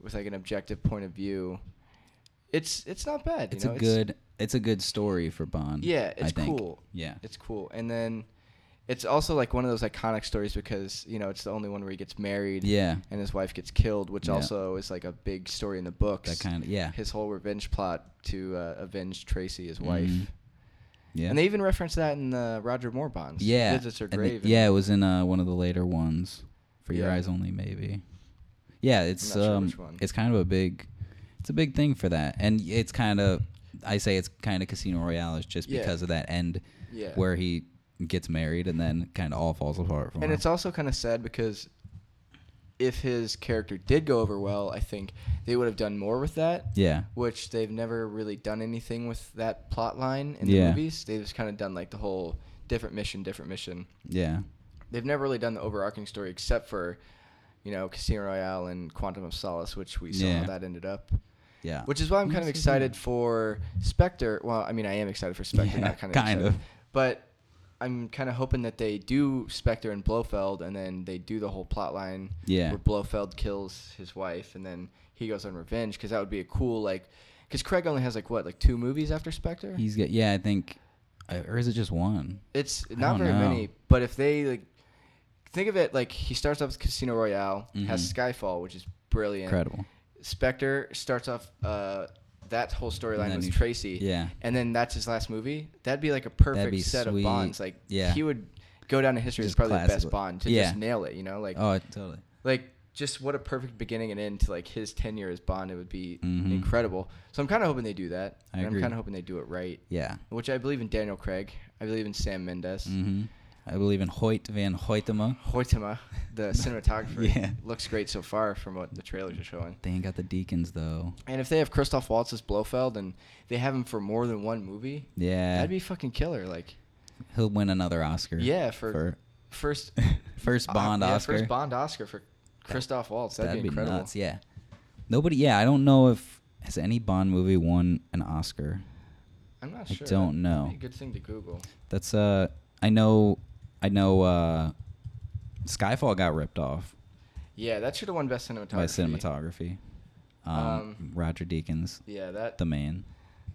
Speaker 3: with like an objective point of view, it's it's not bad. You
Speaker 2: it's
Speaker 3: know?
Speaker 2: a good. It's, a good story for Bond.
Speaker 3: yeah,
Speaker 2: I
Speaker 3: it's
Speaker 2: think.
Speaker 3: cool.
Speaker 2: Yeah.
Speaker 3: It's cool, and then it's also like one of those iconic stories because you know it's the only one where he gets married
Speaker 2: Yeah.
Speaker 3: and his wife gets killed, which
Speaker 2: Yeah.
Speaker 3: also is like a big story in the books.
Speaker 2: That kind of. Yeah.
Speaker 3: his whole revenge plot to uh, avenge Tracy, his wife,
Speaker 2: Mhm. Yeah.
Speaker 3: and they even reference that in the Roger Moore bonds.
Speaker 2: yeah.
Speaker 3: visits her
Speaker 2: and the-
Speaker 3: grave. and-
Speaker 2: yeah, it was in uh, one of the later ones. For your
Speaker 3: Yeah.
Speaker 2: eyes only, maybe. Yeah, it's
Speaker 3: not sure
Speaker 2: um,
Speaker 3: which one.
Speaker 2: it's kind of a big, it's a big thing for that, and it's kind of, I say it's kind of Casino Royale is just
Speaker 3: Yeah.
Speaker 2: because of that end,
Speaker 3: Yeah.
Speaker 2: where he gets married and then kind of all falls apart from
Speaker 3: And
Speaker 2: him.
Speaker 3: it's also kind of sad because if his character did go over well, I think they would have done more with that,
Speaker 2: yeah,
Speaker 3: which they've never really done anything with that plot line in the
Speaker 2: Yeah.
Speaker 3: movies. They've just kind of done like the whole different mission, different mission.
Speaker 2: yeah,
Speaker 3: They've never really done the overarching story except for, you know, Casino Royale and Quantum of Solace, which we saw how
Speaker 2: Yeah.
Speaker 3: that ended up.
Speaker 2: yeah.
Speaker 3: Which is why I'm
Speaker 2: Yeah,
Speaker 3: kind of
Speaker 2: so do
Speaker 3: excited
Speaker 2: I.
Speaker 3: for Spectre. Well, I mean, I am excited for Spectre,
Speaker 2: Yeah,
Speaker 3: not kind of.
Speaker 2: kind
Speaker 3: excited.
Speaker 2: of.
Speaker 3: But I'm kind of hoping that they do Spectre and Blofeld, and then they do the whole plot line
Speaker 2: Yeah.
Speaker 3: where Blofeld kills his wife, and then he goes on revenge because that would be a cool like. Because Craig only has like what, like two movies after Spectre?
Speaker 2: He's got yeah, I think, I- or is it just one?
Speaker 3: it's
Speaker 2: I
Speaker 3: not
Speaker 2: don't
Speaker 3: very
Speaker 2: know.
Speaker 3: many, but if they like, think of it like he starts off with Casino Royale, has Skyfall, which is brilliant.
Speaker 2: Mm-hmm. Incredible.
Speaker 3: Spectre starts off uh, that whole storyline
Speaker 2: then
Speaker 3: with
Speaker 2: you-
Speaker 3: Tracy.
Speaker 2: yeah.
Speaker 3: And then that's his last movie. That'd be like a perfect
Speaker 2: be
Speaker 3: set
Speaker 2: sweet.
Speaker 3: of Bonds. Like
Speaker 2: Yeah.
Speaker 3: he would go down in history as
Speaker 2: Just
Speaker 3: probably the best
Speaker 2: classic.
Speaker 3: Bond to
Speaker 2: Yeah.
Speaker 3: just nail it, you know? Like
Speaker 2: Oh, it- totally.
Speaker 3: like just what a perfect beginning and end to like his tenure as Bond. It would be incredible. So I'm kind of hoping they do that.
Speaker 2: Mm-hmm. I
Speaker 3: and I'm
Speaker 2: agree.
Speaker 3: kind of hoping they do it right.
Speaker 2: Yeah.
Speaker 3: Which I believe in Daniel Craig. I believe in Sam Mendes.
Speaker 2: hmm I believe in Hoyt van Hoytema.
Speaker 3: Hoytema, the cinematographer,
Speaker 2: Yeah.
Speaker 3: looks great so far from what the trailers are showing.
Speaker 2: They ain't got the Deacons though.
Speaker 3: And if they have Christoph Waltz as Blofeld and they have him for more than one movie,
Speaker 2: Yeah.
Speaker 3: that'd be fucking killer. Like,
Speaker 2: He'll win another Oscar.
Speaker 3: yeah, for, first
Speaker 2: first
Speaker 3: uh,
Speaker 2: Bond
Speaker 3: yeah,
Speaker 2: Oscar.
Speaker 3: first Bond Oscar for Christoph Waltz. That'd, be incredible.
Speaker 2: nuts. Yeah. Nobody. Yeah, I don't know if has any Bond movie won an Oscar.
Speaker 3: I'm not
Speaker 2: I
Speaker 3: sure.
Speaker 2: don't
Speaker 3: That'd
Speaker 2: know.
Speaker 3: be a good thing to Google.
Speaker 2: That's uh, I know, I know. uh Skyfall got ripped off
Speaker 3: Yeah, that should have won best cinematography.
Speaker 2: by cinematography. Um,
Speaker 3: Um,
Speaker 2: Roger Deakins,
Speaker 3: Yeah, that
Speaker 2: the man,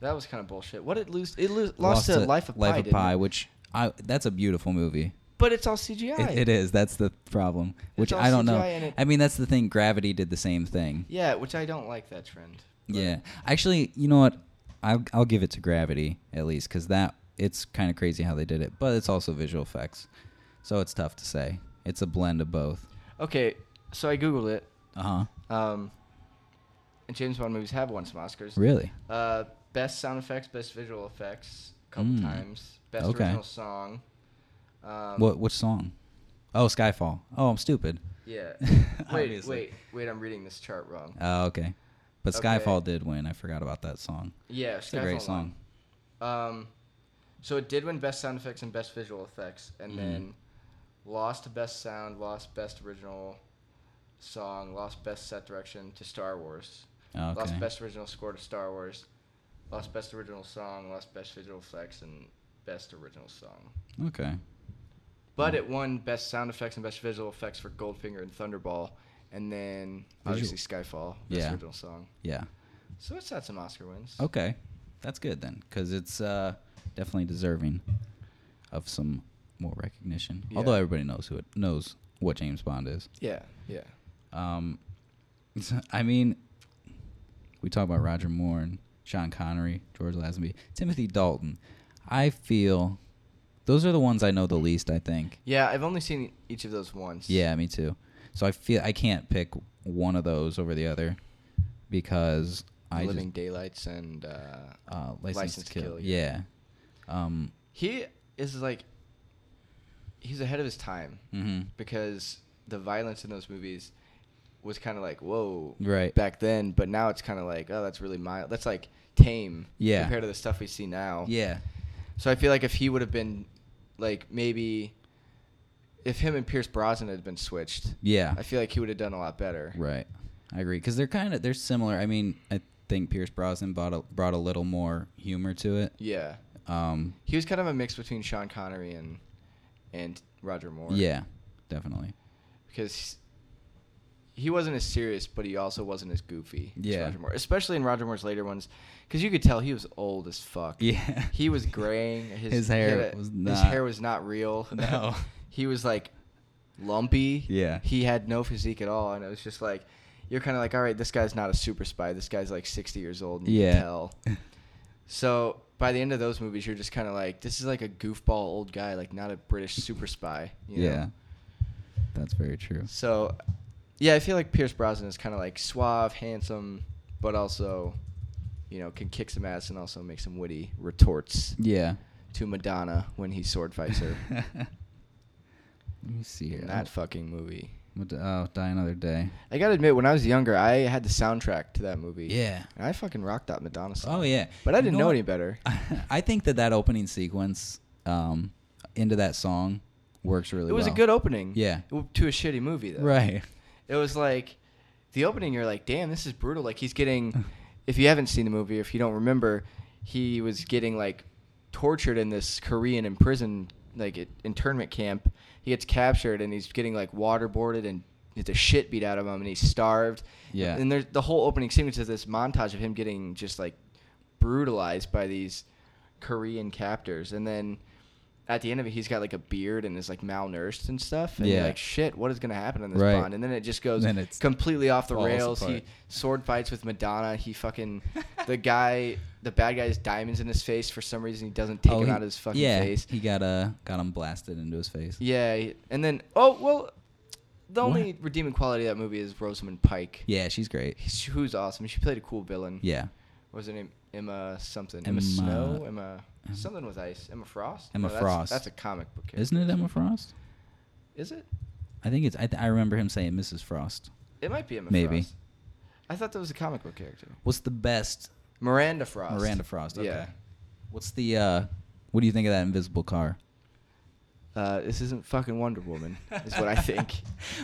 Speaker 3: that was kind of bullshit. What it lose? It lose, lost, to
Speaker 2: to
Speaker 3: Life of Pi.
Speaker 2: Life
Speaker 3: didn't it?
Speaker 2: which I that's a beautiful movie.
Speaker 3: But it's all CGI.
Speaker 2: It, it is. That's the problem. Which
Speaker 3: all
Speaker 2: I don't know.
Speaker 3: CGI and it-
Speaker 2: I mean, that's the thing. Gravity did the same thing.
Speaker 3: Yeah, which I don't like that trend. but-
Speaker 2: Yeah. Actually, you know what? I'll, I'll give it to Gravity at least because that it's kind of crazy how they did it, but it's also visual effects, so it's tough to say. It's a blend of both.
Speaker 3: Okay, so I googled it.
Speaker 2: Uh huh.
Speaker 3: Um, and James Bond movies have won some Oscars.
Speaker 2: Really?
Speaker 3: Uh, best sound effects, best visual effects, a couple
Speaker 2: Mm.
Speaker 3: times. Best
Speaker 2: Okay.
Speaker 3: original song. Um,
Speaker 2: what? Which song? Oh, Skyfall. Oh, I'm stupid.
Speaker 3: Yeah. Wait,
Speaker 2: Obviously.
Speaker 3: wait, wait! I'm reading this chart wrong.
Speaker 2: Oh, okay. But
Speaker 3: Okay.
Speaker 2: Skyfall did win. I forgot about that song.
Speaker 3: Yeah,
Speaker 2: It's a great
Speaker 3: Skyfall
Speaker 2: song.
Speaker 3: won. Um, so it did win best sound effects and best visual effects, and
Speaker 2: Mhm.
Speaker 3: then lost to best sound, lost best original song, lost best set direction to Star Wars,
Speaker 2: Oh, okay.
Speaker 3: lost best original score to Star Wars, lost best original song, lost best visual effects, and best original song.
Speaker 2: Okay. Mm.
Speaker 3: But it won best sound effects and best visual effects for Goldfinger and Thunderball, and then obviously Skyfall, best
Speaker 2: Yeah. Oh.
Speaker 3: original song.
Speaker 2: Yeah.
Speaker 3: So it's had some Oscar wins.
Speaker 2: Okay. That's good then, because it's uh, definitely deserving of some more recognition.
Speaker 3: Yeah.
Speaker 2: Although everybody knows who it knows what James Bond is.
Speaker 3: Yeah, yeah.
Speaker 2: Um, I mean, we talk about Roger Moore and Sean Connery, George Lazenby, Timothy Dalton. I feel those are the ones I know the least. I think.
Speaker 3: Yeah, I've only seen each of those once.
Speaker 2: Yeah, me too. So I feel I can't pick one of those over the other because
Speaker 3: The
Speaker 2: I
Speaker 3: Living Daylights and uh,
Speaker 2: just uh, license, to kill. yeah. Um.
Speaker 3: He is like he's ahead of his time
Speaker 2: hmm
Speaker 3: because the violence in those movies was kind of like whoa
Speaker 2: Right.
Speaker 3: back then, but now it's kind of like oh that's really mild. That's like tame
Speaker 2: Yeah.
Speaker 3: compared to the stuff we see now.
Speaker 2: Yeah.
Speaker 3: So I feel like if he would have been like maybe if him and Pierce Brosnan had been switched,
Speaker 2: Yeah.
Speaker 3: I feel like he would have done a lot better.
Speaker 2: Right. I agree because they're kind of they're similar. I mean, I think Pierce Brosnan brought a, brought a little more humor to it.
Speaker 3: Yeah.
Speaker 2: Um.
Speaker 3: He was kind of a mix between Sean Connery and and Roger Moore.
Speaker 2: Yeah. Definitely.
Speaker 3: because he wasn't as serious, but he also wasn't as goofy.
Speaker 2: Yeah.
Speaker 3: as Roger Moore, especially in Roger Moore's later ones, because you could tell he was old as fuck.
Speaker 2: Yeah.
Speaker 3: he was graying. His,
Speaker 2: His
Speaker 3: he had
Speaker 2: hair was not-
Speaker 3: his hair was not real.
Speaker 2: No.
Speaker 3: he was like lumpy.
Speaker 2: Yeah.
Speaker 3: he had no physique at all, and it was just like you're kind of like, all right, this guy's not a super spy. This guy's like 60 years old. And You
Speaker 2: Yeah.
Speaker 3: can tell. So by the end of those movies, you're just kind of like, this is like a goofball old guy, like not a British super spy. You know?
Speaker 2: yeah. That's very true.
Speaker 3: So, yeah, I feel like Pierce Brosnan is kind of like suave, handsome, but also, you know, can kick some ass and also make some witty retorts
Speaker 2: Yeah.
Speaker 3: to Madonna when he sword fights her
Speaker 2: Let me see here.
Speaker 3: in that fucking movie.
Speaker 2: What- oh, die another day.
Speaker 3: I gotta admit, when I was younger, I had the soundtrack to that movie.
Speaker 2: Yeah.
Speaker 3: And I fucking rocked that Madonna song.
Speaker 2: Oh yeah.
Speaker 3: But I
Speaker 2: You
Speaker 3: didn't know,
Speaker 2: what?
Speaker 3: any better.
Speaker 2: I think that that opening sequence um, into that song works really
Speaker 3: it was
Speaker 2: well.
Speaker 3: a good opening.
Speaker 2: Yeah.
Speaker 3: W- To a shitty movie, though.
Speaker 2: Right.
Speaker 3: It was like the opening. You're like, damn, this is brutal. Like he's getting, if you haven't seen the movie, if you don't remember, he was getting like tortured in this Korean imprison like it, internment camp. He gets captured and he's getting like waterboarded and the shit beat out of him and he's starved.
Speaker 2: Yeah.
Speaker 3: And there's the whole opening sequence is this montage of him getting just like brutalized by these Korean captors and then. At the end of it, he's got like a beard and is like malnourished and stuff. And you're
Speaker 2: Yeah.
Speaker 3: like, shit, what is going to happen in this
Speaker 2: Right.
Speaker 3: Bond? And then it just goes
Speaker 2: Then it's-
Speaker 3: completely off the
Speaker 2: falls
Speaker 3: rails. He
Speaker 2: apart.
Speaker 3: sword fights with Madonna. He fucking the guy, the bad guy has diamonds in his face for some reason. He doesn't take
Speaker 2: Oh,
Speaker 3: him
Speaker 2: he-
Speaker 3: out of his fucking
Speaker 2: yeah,
Speaker 3: face.
Speaker 2: He got uh, got him blasted into his face.
Speaker 3: Yeah, he- and then oh well, the
Speaker 2: What?
Speaker 3: only redeeming quality of that movie is Rosamund Pike.
Speaker 2: Yeah, she's great.
Speaker 3: He's- who's awesome. She played a cool villain.
Speaker 2: Yeah.
Speaker 3: What was her name Emma something? Emma,
Speaker 2: Emma-
Speaker 3: Snow? Emma
Speaker 2: Em-
Speaker 3: something with ice? Emma Frost?
Speaker 2: Emma
Speaker 3: that's,
Speaker 2: Frost.
Speaker 3: That's a comic book. Character.
Speaker 2: Isn't it Emma Frost?
Speaker 3: Is it?
Speaker 2: I think it's. I, th- I remember him saying Mrs. Frost.
Speaker 3: It might be Emma.
Speaker 2: Maybe.
Speaker 3: Frost. I thought that was a comic book character.
Speaker 2: What's the best
Speaker 3: Miranda Frost.
Speaker 2: Miranda Frost? Okay.
Speaker 3: Yeah.
Speaker 2: What's the? uh What do you think of that invisible car?
Speaker 3: uh, this isn't fucking Wonder Woman, is what I think.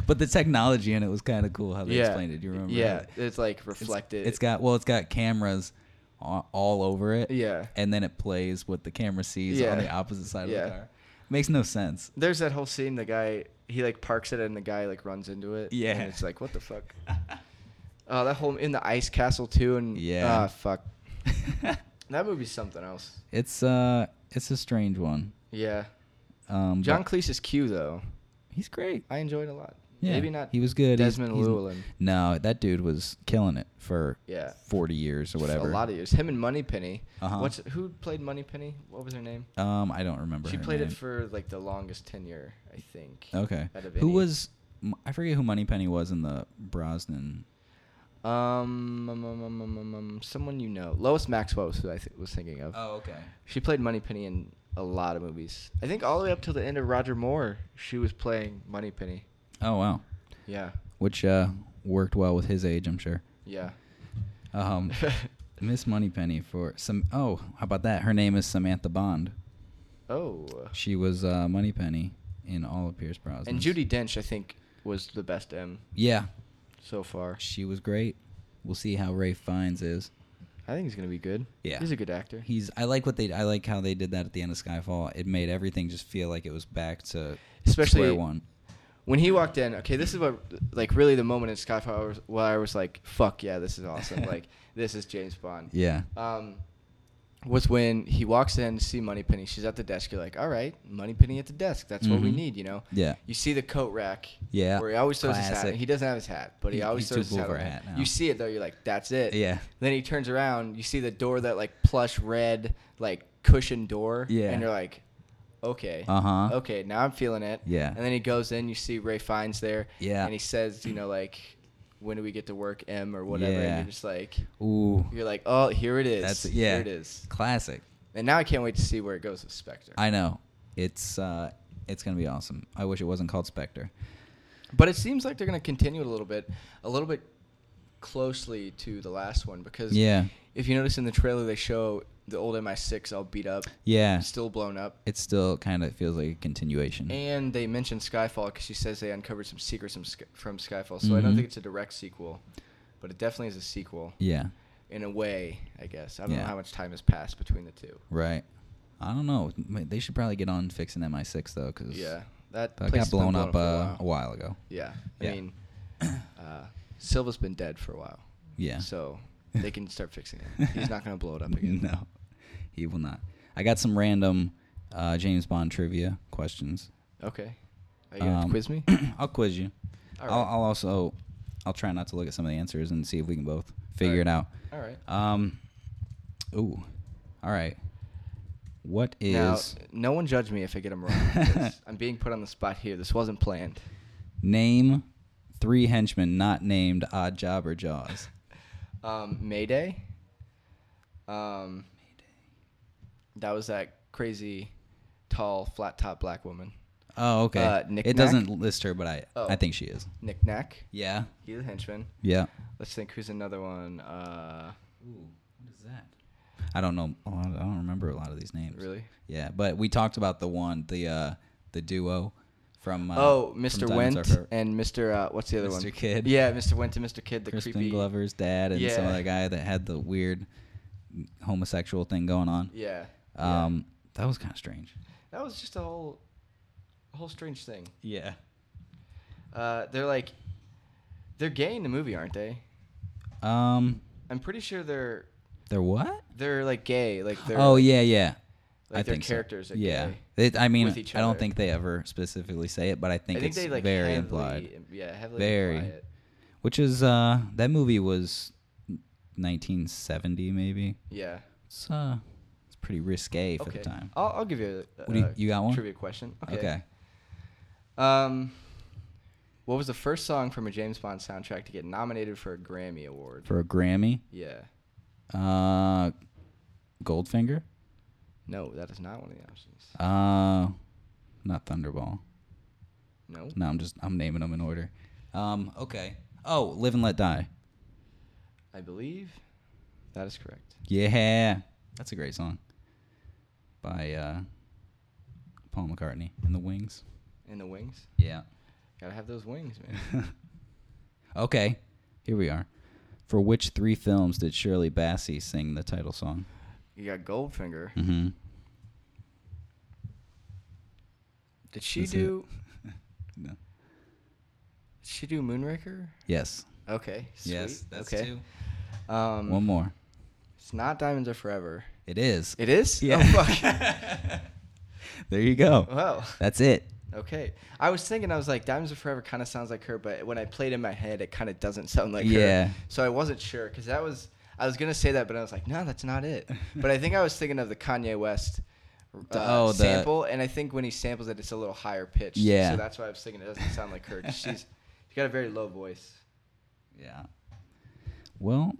Speaker 2: but the technology in it was kind of cool how they
Speaker 3: yeah.
Speaker 2: explained it. Do you remember?
Speaker 3: Yeah,
Speaker 2: that?
Speaker 3: it's like
Speaker 2: It's-
Speaker 3: reflected.
Speaker 2: it's got well, it's got cameras a- all over it.
Speaker 3: Yeah.
Speaker 2: And then it plays what the camera sees
Speaker 3: Yeah.
Speaker 2: on the opposite side
Speaker 3: Yeah.
Speaker 2: of the car. Makes no sense.
Speaker 3: There's that whole scene. The guy he like parks it and the guy like runs into it.
Speaker 2: Yeah.
Speaker 3: and it's like what the fuck. Oh, that whole in the ice castle too, and
Speaker 2: Yeah.
Speaker 3: ah, fuck. That movie's something else.
Speaker 2: it's uh, it's a strange one.
Speaker 3: Yeah,
Speaker 2: Um,
Speaker 3: John
Speaker 2: but
Speaker 3: Cleese is Q though.
Speaker 2: he's great.
Speaker 3: I enjoyed it a lot.
Speaker 2: Yeah,
Speaker 3: Maybe not.
Speaker 2: He was good. He's-
Speaker 3: Desmond
Speaker 2: he's-
Speaker 3: Llewellyn.
Speaker 2: No, that dude was killing it for
Speaker 3: Yeah.
Speaker 2: forty years or
Speaker 3: for
Speaker 2: whatever.
Speaker 3: A lot of years. Him and Moneypenny.
Speaker 2: Uh-huh.
Speaker 3: What's who played Moneypenny? What was her name?
Speaker 2: Um, I don't remember.
Speaker 3: She
Speaker 2: her
Speaker 3: played
Speaker 2: name.
Speaker 3: it for like the longest tenure, I think.
Speaker 2: Okay.
Speaker 3: out of
Speaker 2: Who
Speaker 3: any-
Speaker 2: was? m- I forget who Moneypenny was in the Brosnan.
Speaker 3: Um, um, um, um, um, um, um, someone you know, Lois Maxwell is who I th- was thinking of.
Speaker 2: Oh, okay.
Speaker 3: She played Moneypenny in a lot of movies. I think all the way up till the end of Roger Moore, she was playing Moneypenny.
Speaker 2: Oh wow,
Speaker 3: Yeah,
Speaker 2: which uh, worked well with his age, I'm sure.
Speaker 3: yeah.
Speaker 2: Um, Miss Moneypenny for some. Oh, how about that? Her name is Samantha Bond.
Speaker 3: oh,
Speaker 2: She was uh, Moneypenny in all of Pierce Brosnan.
Speaker 3: and Judy Dench, I think, was the best M
Speaker 2: Yeah,
Speaker 3: so far.
Speaker 2: she was great. We'll see how Ray Fiennes is.
Speaker 3: I think he's gonna be good.
Speaker 2: Yeah.
Speaker 3: he's a good actor.
Speaker 2: He's. I like what they. I like how they did that at the end of Skyfall. It made everything just feel like it was back to
Speaker 3: Especially-
Speaker 2: square one.
Speaker 3: when he walked in, okay, this is what like really the moment in Skyfall I was- where I was like, "Fuck yeah, this is awesome!" like this is James Bond.
Speaker 2: Yeah.
Speaker 3: Um, was when he walks in to see Moneypenny. She's at the desk. You're like, "All right, Moneypenny at the desk. That's what we
Speaker 2: Mhm.
Speaker 3: need," you know.
Speaker 2: Yeah.
Speaker 3: You see the coat rack.
Speaker 2: Yeah,
Speaker 3: Where he always throws his hat.
Speaker 2: classic.
Speaker 3: in. He doesn't have his hat, but he,
Speaker 2: He-
Speaker 3: always
Speaker 2: he's
Speaker 3: throws
Speaker 2: too
Speaker 3: his
Speaker 2: cool
Speaker 3: hat.
Speaker 2: for
Speaker 3: on.
Speaker 2: a hat now.
Speaker 3: You see it though. You're like, "That's it."
Speaker 2: Yeah.
Speaker 3: Then he turns around. You see the door that like plush red like cushion door.
Speaker 2: Yeah.
Speaker 3: And you're like, "Okay."
Speaker 2: Uh-huh.
Speaker 3: Okay, now I'm feeling it.
Speaker 2: Yeah.
Speaker 3: And then he goes in, you see Ray Fiennes there.
Speaker 2: Yeah.
Speaker 3: And he says, you know, like, when do we get to work, M or whatever?
Speaker 2: Yeah.
Speaker 3: And you're just like,
Speaker 2: Ooh.
Speaker 3: you're like, oh, here it is.
Speaker 2: That's yeah.
Speaker 3: Here it is.
Speaker 2: Classic.
Speaker 3: And now I can't wait to see where it goes with Spectre.
Speaker 2: I know. It's uh it's going to be awesome. I wish it wasn't called Spectre.
Speaker 3: but it seems like they're going to continue it a little bit, a little bit closely to the last one because
Speaker 2: Yeah.
Speaker 3: if you notice in the trailer, they show the old MI6 all beat up,
Speaker 2: Yeah.
Speaker 3: still blown up.
Speaker 2: It still kind of feels like a continuation.
Speaker 3: And they mentioned Skyfall because she says they uncovered some secrets from, Sk- from Skyfall. So I don't
Speaker 2: Mhm.
Speaker 3: think it's a direct sequel, but it definitely is a sequel
Speaker 2: yeah.
Speaker 3: in a way, I guess. I don't know
Speaker 2: Yeah.
Speaker 3: how much time has passed between the two.
Speaker 2: Right. I don't know. M- They should probably get on fixing MI6 though cuz
Speaker 3: Yeah, that
Speaker 2: that
Speaker 3: place
Speaker 2: got
Speaker 3: has been
Speaker 2: blown
Speaker 3: blown
Speaker 2: up
Speaker 3: for a
Speaker 2: uh,
Speaker 3: while.
Speaker 2: a while ago.
Speaker 3: Yeah, I
Speaker 2: Yeah.
Speaker 3: mean, uh, Silva's been dead for a while.
Speaker 2: Yeah.
Speaker 3: So they can start fixing it. He's not going to blow it up again.
Speaker 2: no. He will not. I got some random uh, James Bond trivia questions.
Speaker 3: Okay. Are you going to
Speaker 2: Um,
Speaker 3: quiz me?
Speaker 2: I'll quiz you.
Speaker 3: All
Speaker 2: I'll,
Speaker 3: right.
Speaker 2: I'll also I'll try not to look at some of the answers and see if we can both figure
Speaker 3: right.
Speaker 2: it out.
Speaker 3: All right.
Speaker 2: Um. Ooh. All right. What is?
Speaker 3: Now, no one judge me if I get them wrong. 'cause I'm being put on the spot here. This wasn't planned.
Speaker 2: Name three henchmen not named Odd Job or Jaws.
Speaker 3: Um, Mayday. Um, that was that crazy, tall, flat top black woman.
Speaker 2: Oh, okay.
Speaker 3: Uh, Knick
Speaker 2: it
Speaker 3: Knack?
Speaker 2: doesn't list her, but I
Speaker 3: Oh.
Speaker 2: I think she is.
Speaker 3: Knick Knack.
Speaker 2: Yeah.
Speaker 3: He's a henchman.
Speaker 2: Yeah.
Speaker 3: Let's think. Who's another one? Uh,
Speaker 2: Ooh, what is that? I don't know. a lot- I don't remember a lot of these names.
Speaker 3: really?
Speaker 2: Yeah, but we talked about the one, the uh, the duo from. Uh,
Speaker 3: oh,
Speaker 2: from
Speaker 3: Mr.
Speaker 2: Diamonds Are
Speaker 3: Wendt
Speaker 2: Forever.
Speaker 3: and Mr. Uh, what's the other one?
Speaker 2: Mr. Kidd.
Speaker 3: Yeah, Mr. Wendt and Mr. Kidd, the
Speaker 2: Crispin
Speaker 3: creepy.
Speaker 2: Glover's dad and some
Speaker 3: Yeah.
Speaker 2: other guy that had the weird homosexual thing going on.
Speaker 3: Yeah. yeah.
Speaker 2: Um, that was kind of strange.
Speaker 3: That was just a whole, a whole strange thing.
Speaker 2: Yeah.
Speaker 3: Uh, they're like, they're gay in the movie, aren't they?
Speaker 2: Um,
Speaker 3: I'm pretty sure they're
Speaker 2: they're what?
Speaker 3: they're like gay. Like they're.
Speaker 2: oh yeah, yeah.
Speaker 3: like
Speaker 2: I
Speaker 3: their
Speaker 2: think so.
Speaker 3: characters are
Speaker 2: yeah.
Speaker 3: gay
Speaker 2: They- I mean,
Speaker 3: with each
Speaker 2: I don't
Speaker 3: other.
Speaker 2: think they ever specifically say it, but I think,
Speaker 3: I think
Speaker 2: it's
Speaker 3: they like
Speaker 2: very
Speaker 3: heavily,
Speaker 2: implied.
Speaker 3: im- Yeah, heavily
Speaker 2: Very.
Speaker 3: imply it.
Speaker 2: Which is uh, that movie was 1970 maybe.
Speaker 3: Yeah.
Speaker 2: It's uh, it's pretty risque for
Speaker 3: Okay.
Speaker 2: the time.
Speaker 3: I'll, I'll give you. A,
Speaker 2: What do you- you got one?
Speaker 3: trivia question? Okay.
Speaker 2: Okay.
Speaker 3: Um, what was the first song from a James Bond soundtrack to get nominated for a Grammy Award?
Speaker 2: For a Grammy,
Speaker 3: yeah.
Speaker 2: uh, Goldfinger,
Speaker 3: No, that is not one of the options.
Speaker 2: uh, not Thunderball.
Speaker 3: No.
Speaker 2: No, I'm just I'm naming them in order. Um, okay. Oh, Live and Let Die.
Speaker 3: I believe that is correct.
Speaker 2: Yeah, that's a great song by uh, Paul McCartney and the Wings.
Speaker 3: In the wings.
Speaker 2: Yeah.
Speaker 3: Gotta have those wings, man.
Speaker 2: Okay, here we are. For which three films did Shirley Bassey sing the title song?
Speaker 3: you got Goldfinger.
Speaker 2: Mm-hmm.
Speaker 3: Did she
Speaker 2: That's it.
Speaker 3: do?
Speaker 2: No.
Speaker 3: Did she do Moonraker?
Speaker 2: Yes.
Speaker 3: Okay. Sweet.
Speaker 2: Yes. That's
Speaker 3: okay.
Speaker 2: two.
Speaker 3: Um,
Speaker 2: One more.
Speaker 3: It's not Diamonds Are Forever.
Speaker 2: It is.
Speaker 3: It is?
Speaker 2: Yeah.
Speaker 3: Oh, fuck.
Speaker 2: there you go.
Speaker 3: Wow.
Speaker 2: That's it.
Speaker 3: Okay. I was thinking, I was like, Diamonds Are Forever kind of sounds like her, but when I played in my head, it kind of doesn't sound like her.
Speaker 2: Yeah.
Speaker 3: So I wasn't sure because that was, I was going to say that, but I was like, no, that's not it. But I think I was thinking of the Kanye West uh,
Speaker 2: The- oh, the-
Speaker 3: sample, and I think when he samples it, it's a little higher pitched.
Speaker 2: Yeah.
Speaker 3: So that's why I was thinking it doesn't sound like her. 'cause She's, she's got a very low voice.
Speaker 2: Yeah. Well,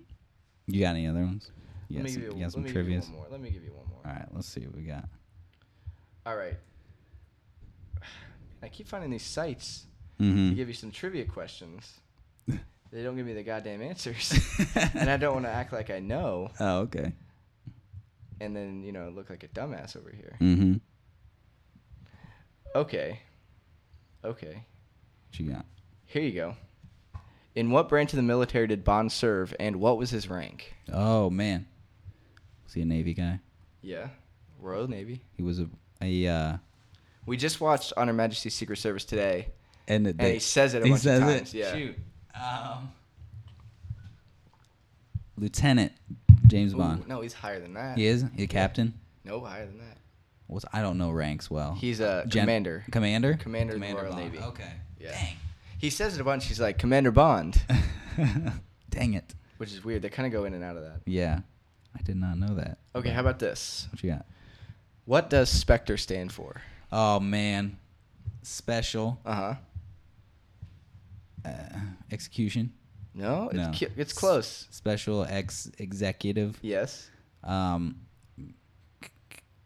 Speaker 2: you got any other ones? You got some, you got
Speaker 3: let
Speaker 2: some
Speaker 3: me give you
Speaker 2: trivias?
Speaker 3: one more. Let me give you one more.
Speaker 2: All right, let's see what we got.
Speaker 3: All right. I keep finding these sites to
Speaker 2: Mm-hmm.
Speaker 3: give you some trivia questions. they don't give me the goddamn answers. and I don't want to act like I know
Speaker 2: Oh, okay.
Speaker 3: and then, you know, look like a dumbass over here.
Speaker 2: Mm-hmm. What
Speaker 3: Okay. Okay.
Speaker 2: you got?
Speaker 3: Here you go. In what branch of the military did Bond serve and what was his rank?
Speaker 2: Oh man, was he a Navy guy?
Speaker 3: Yeah. Royal Navy.
Speaker 2: He was a a. Uh,
Speaker 3: We just watched On Her Majesty's Secret Service today,
Speaker 2: and
Speaker 3: and he says it a bunch of times. Yeah.
Speaker 2: Um, Lieutenant James
Speaker 3: Ooh,
Speaker 2: Bond.
Speaker 3: no, he's higher than that.
Speaker 2: He is he a captain.
Speaker 3: No, higher than that.
Speaker 2: What's I don't know ranks well.
Speaker 3: He's a
Speaker 2: Gen-
Speaker 3: commander.
Speaker 2: Commander.
Speaker 3: Commander of the Royal
Speaker 2: Bond.
Speaker 3: Navy.
Speaker 2: Okay.
Speaker 3: Yeah. He says it a bunch. He's like Commander Bond,
Speaker 2: Dang. Dang it.
Speaker 3: which is weird. They kind of go in and out of that.
Speaker 2: Yeah, I did not know that.
Speaker 3: Okay, how about this?
Speaker 2: What you got?
Speaker 3: What does Spectre stand for?
Speaker 2: Oh man, special
Speaker 3: Uh huh.
Speaker 2: uh, execution.
Speaker 3: No, it's
Speaker 2: No.
Speaker 3: cu- it's close.
Speaker 2: Special ex executive.
Speaker 3: Yes.
Speaker 2: Um, c-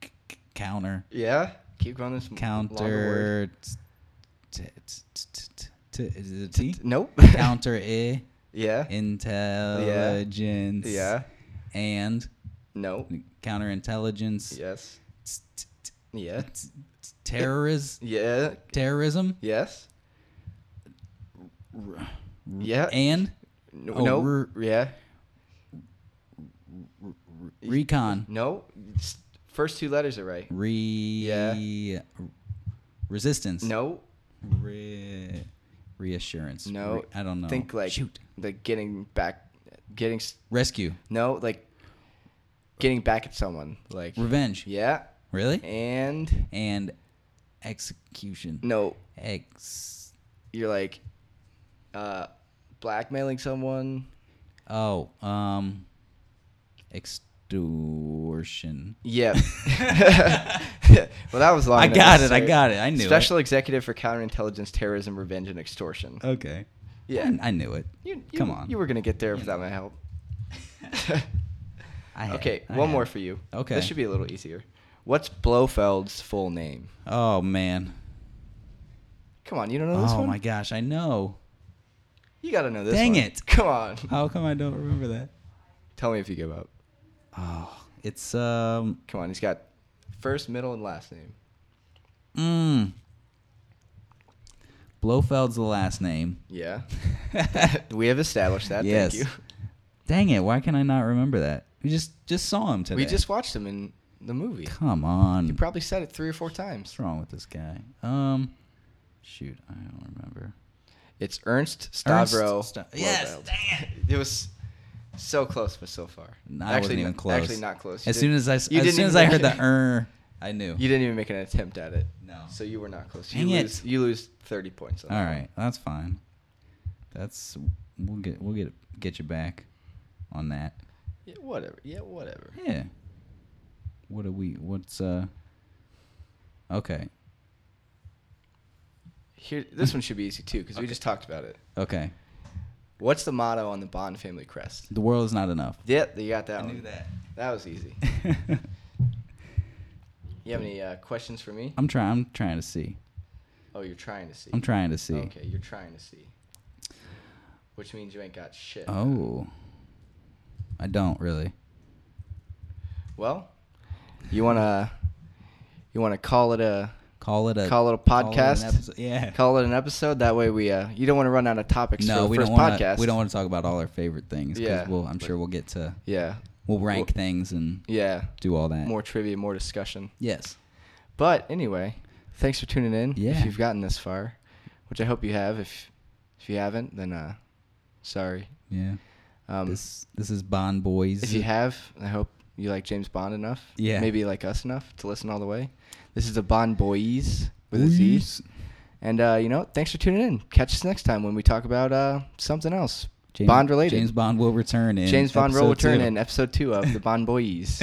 Speaker 2: c- c- counter.
Speaker 3: Yeah. Keep going this m- longer word.
Speaker 2: counter t- t- t- t- t- t- is it a T?
Speaker 3: Nope.
Speaker 2: counter i
Speaker 3: yeah.
Speaker 2: intelligence
Speaker 3: Yeah.
Speaker 2: and
Speaker 3: Nope.
Speaker 2: counterintelligence
Speaker 3: Yes.
Speaker 2: t- t- t-
Speaker 3: Yeah.
Speaker 2: t- t- terroriz-
Speaker 3: Yeah.
Speaker 2: terrorism
Speaker 3: Yes. Yeah.
Speaker 2: and
Speaker 3: No.
Speaker 2: oh,
Speaker 3: no.
Speaker 2: we're-
Speaker 3: Yeah.
Speaker 2: recon
Speaker 3: No. It's- First two letters are right.
Speaker 2: re resistance
Speaker 3: No.
Speaker 2: Re- reassurance
Speaker 3: No.
Speaker 2: Re- I don't know
Speaker 3: Think like
Speaker 2: shoot
Speaker 3: the getting back, getting s-
Speaker 2: rescue
Speaker 3: no like getting back at someone like
Speaker 2: revenge
Speaker 3: yeah
Speaker 2: really
Speaker 3: and
Speaker 2: and execution
Speaker 3: no
Speaker 2: ex
Speaker 3: you're like uh blackmailing someone
Speaker 2: oh um extortion
Speaker 3: yep well that was long
Speaker 2: I
Speaker 3: and
Speaker 2: got it, I
Speaker 3: unnecessary.
Speaker 2: got it, I knew it.
Speaker 3: special executive for counterintelligence terrorism revenge and extortion
Speaker 2: okay
Speaker 3: yeah
Speaker 2: I, I knew it
Speaker 3: you,
Speaker 2: Oh,
Speaker 3: you,
Speaker 2: come on
Speaker 3: you were gonna get there without my help
Speaker 2: I had-
Speaker 3: okay
Speaker 2: I
Speaker 3: one
Speaker 2: had-
Speaker 3: more for you
Speaker 2: Okay.
Speaker 3: this should be a little easier what's blofeld's full name
Speaker 2: oh man
Speaker 3: come on you don't know this
Speaker 2: oh
Speaker 3: one
Speaker 2: my gosh I know
Speaker 3: you gotta know this
Speaker 2: Dang
Speaker 3: one.
Speaker 2: it.
Speaker 3: come on
Speaker 2: how come I don't remember that
Speaker 3: tell me if you give up
Speaker 2: oh it's um
Speaker 3: Come on, he's got first, middle, and last name.
Speaker 2: mm, Blofeld's the last name
Speaker 3: Yeah. we have established that.
Speaker 2: yes
Speaker 3: Thank you.
Speaker 2: dang it why can I not remember that we just just saw him today
Speaker 3: We just watched him in the movie.
Speaker 2: come on
Speaker 3: He probably said it three or four times.
Speaker 2: What's wrong with this guy? Um, shoot, I don't remember.
Speaker 3: It's Ernst Stavro.
Speaker 2: Ernst Sta- yes,
Speaker 3: Blofeld. It was so close, but so far.
Speaker 2: No, I wasn't even
Speaker 3: not-
Speaker 2: close.
Speaker 3: Actually, not close. You
Speaker 2: As
Speaker 3: did-
Speaker 2: soon as I,
Speaker 3: you
Speaker 2: as
Speaker 3: didn't
Speaker 2: soon as
Speaker 3: even
Speaker 2: I heard
Speaker 3: make
Speaker 2: the er, I knew.
Speaker 3: it. you didn't even make an attempt at it.
Speaker 2: No.
Speaker 3: So you were not close.
Speaker 2: Dang
Speaker 3: you
Speaker 2: it.
Speaker 3: lose. You lose thirty points. on
Speaker 2: All
Speaker 3: that one.
Speaker 2: right, that's fine. That's we'll get we'll get get you back on that.
Speaker 3: Yeah, whatever. Yeah, whatever.
Speaker 2: Yeah. What are we? What's uh? Okay,
Speaker 3: Here, this one should be easy too because we just talked about it.
Speaker 2: okay.
Speaker 3: What's the motto on the Bond family crest?
Speaker 2: The world is not enough.
Speaker 3: Yep, you got that one. That was easy.
Speaker 2: that.
Speaker 3: You have any uh, questions for me?
Speaker 2: I'm trying. I'm trying to see.
Speaker 3: Oh, you're trying to see.
Speaker 2: I'm trying to see.
Speaker 3: Okay, you're trying to see. Which means you ain't got shit.
Speaker 2: Oh, I don't really.
Speaker 3: Well, you wanna you wanna call it a
Speaker 2: Call it a
Speaker 3: call it a
Speaker 2: an
Speaker 3: podcast.
Speaker 2: episode- yeah.
Speaker 3: Call it an episode. That way we uh you don't want to run out of topics
Speaker 2: no,
Speaker 3: for
Speaker 2: we
Speaker 3: 1st
Speaker 2: don't want to.
Speaker 3: podcast.
Speaker 2: We don't want to talk about all our favorite things. 'cause
Speaker 3: Yeah.
Speaker 2: we'll, I'm sure we'll get to.
Speaker 3: Yeah,
Speaker 2: We'll rank
Speaker 3: Well-
Speaker 2: things and
Speaker 3: yeah.
Speaker 2: do all that.
Speaker 3: More trivia, more discussion.
Speaker 2: Yes.
Speaker 3: But anyway, thanks for tuning in.
Speaker 2: Yeah.
Speaker 3: If you've gotten this far, which I hope you have. If if you haven't, then uh, sorry.
Speaker 2: Yeah.
Speaker 3: Um,
Speaker 2: this this is Bond Boys.
Speaker 3: if you have, I hope you like James Bond enough,
Speaker 2: Yeah.
Speaker 3: maybe like us enough to listen all the way. This is the Bond Boys with a Z.
Speaker 2: Boys.
Speaker 3: And uh, you know, thanks for tuning in. Catch us next time when we talk about uh, something else
Speaker 2: James-
Speaker 3: Bond related.
Speaker 2: James Bond will return in
Speaker 3: James Bond will
Speaker 2: episode
Speaker 3: return
Speaker 2: two.
Speaker 3: in episode two of the Bond Boys.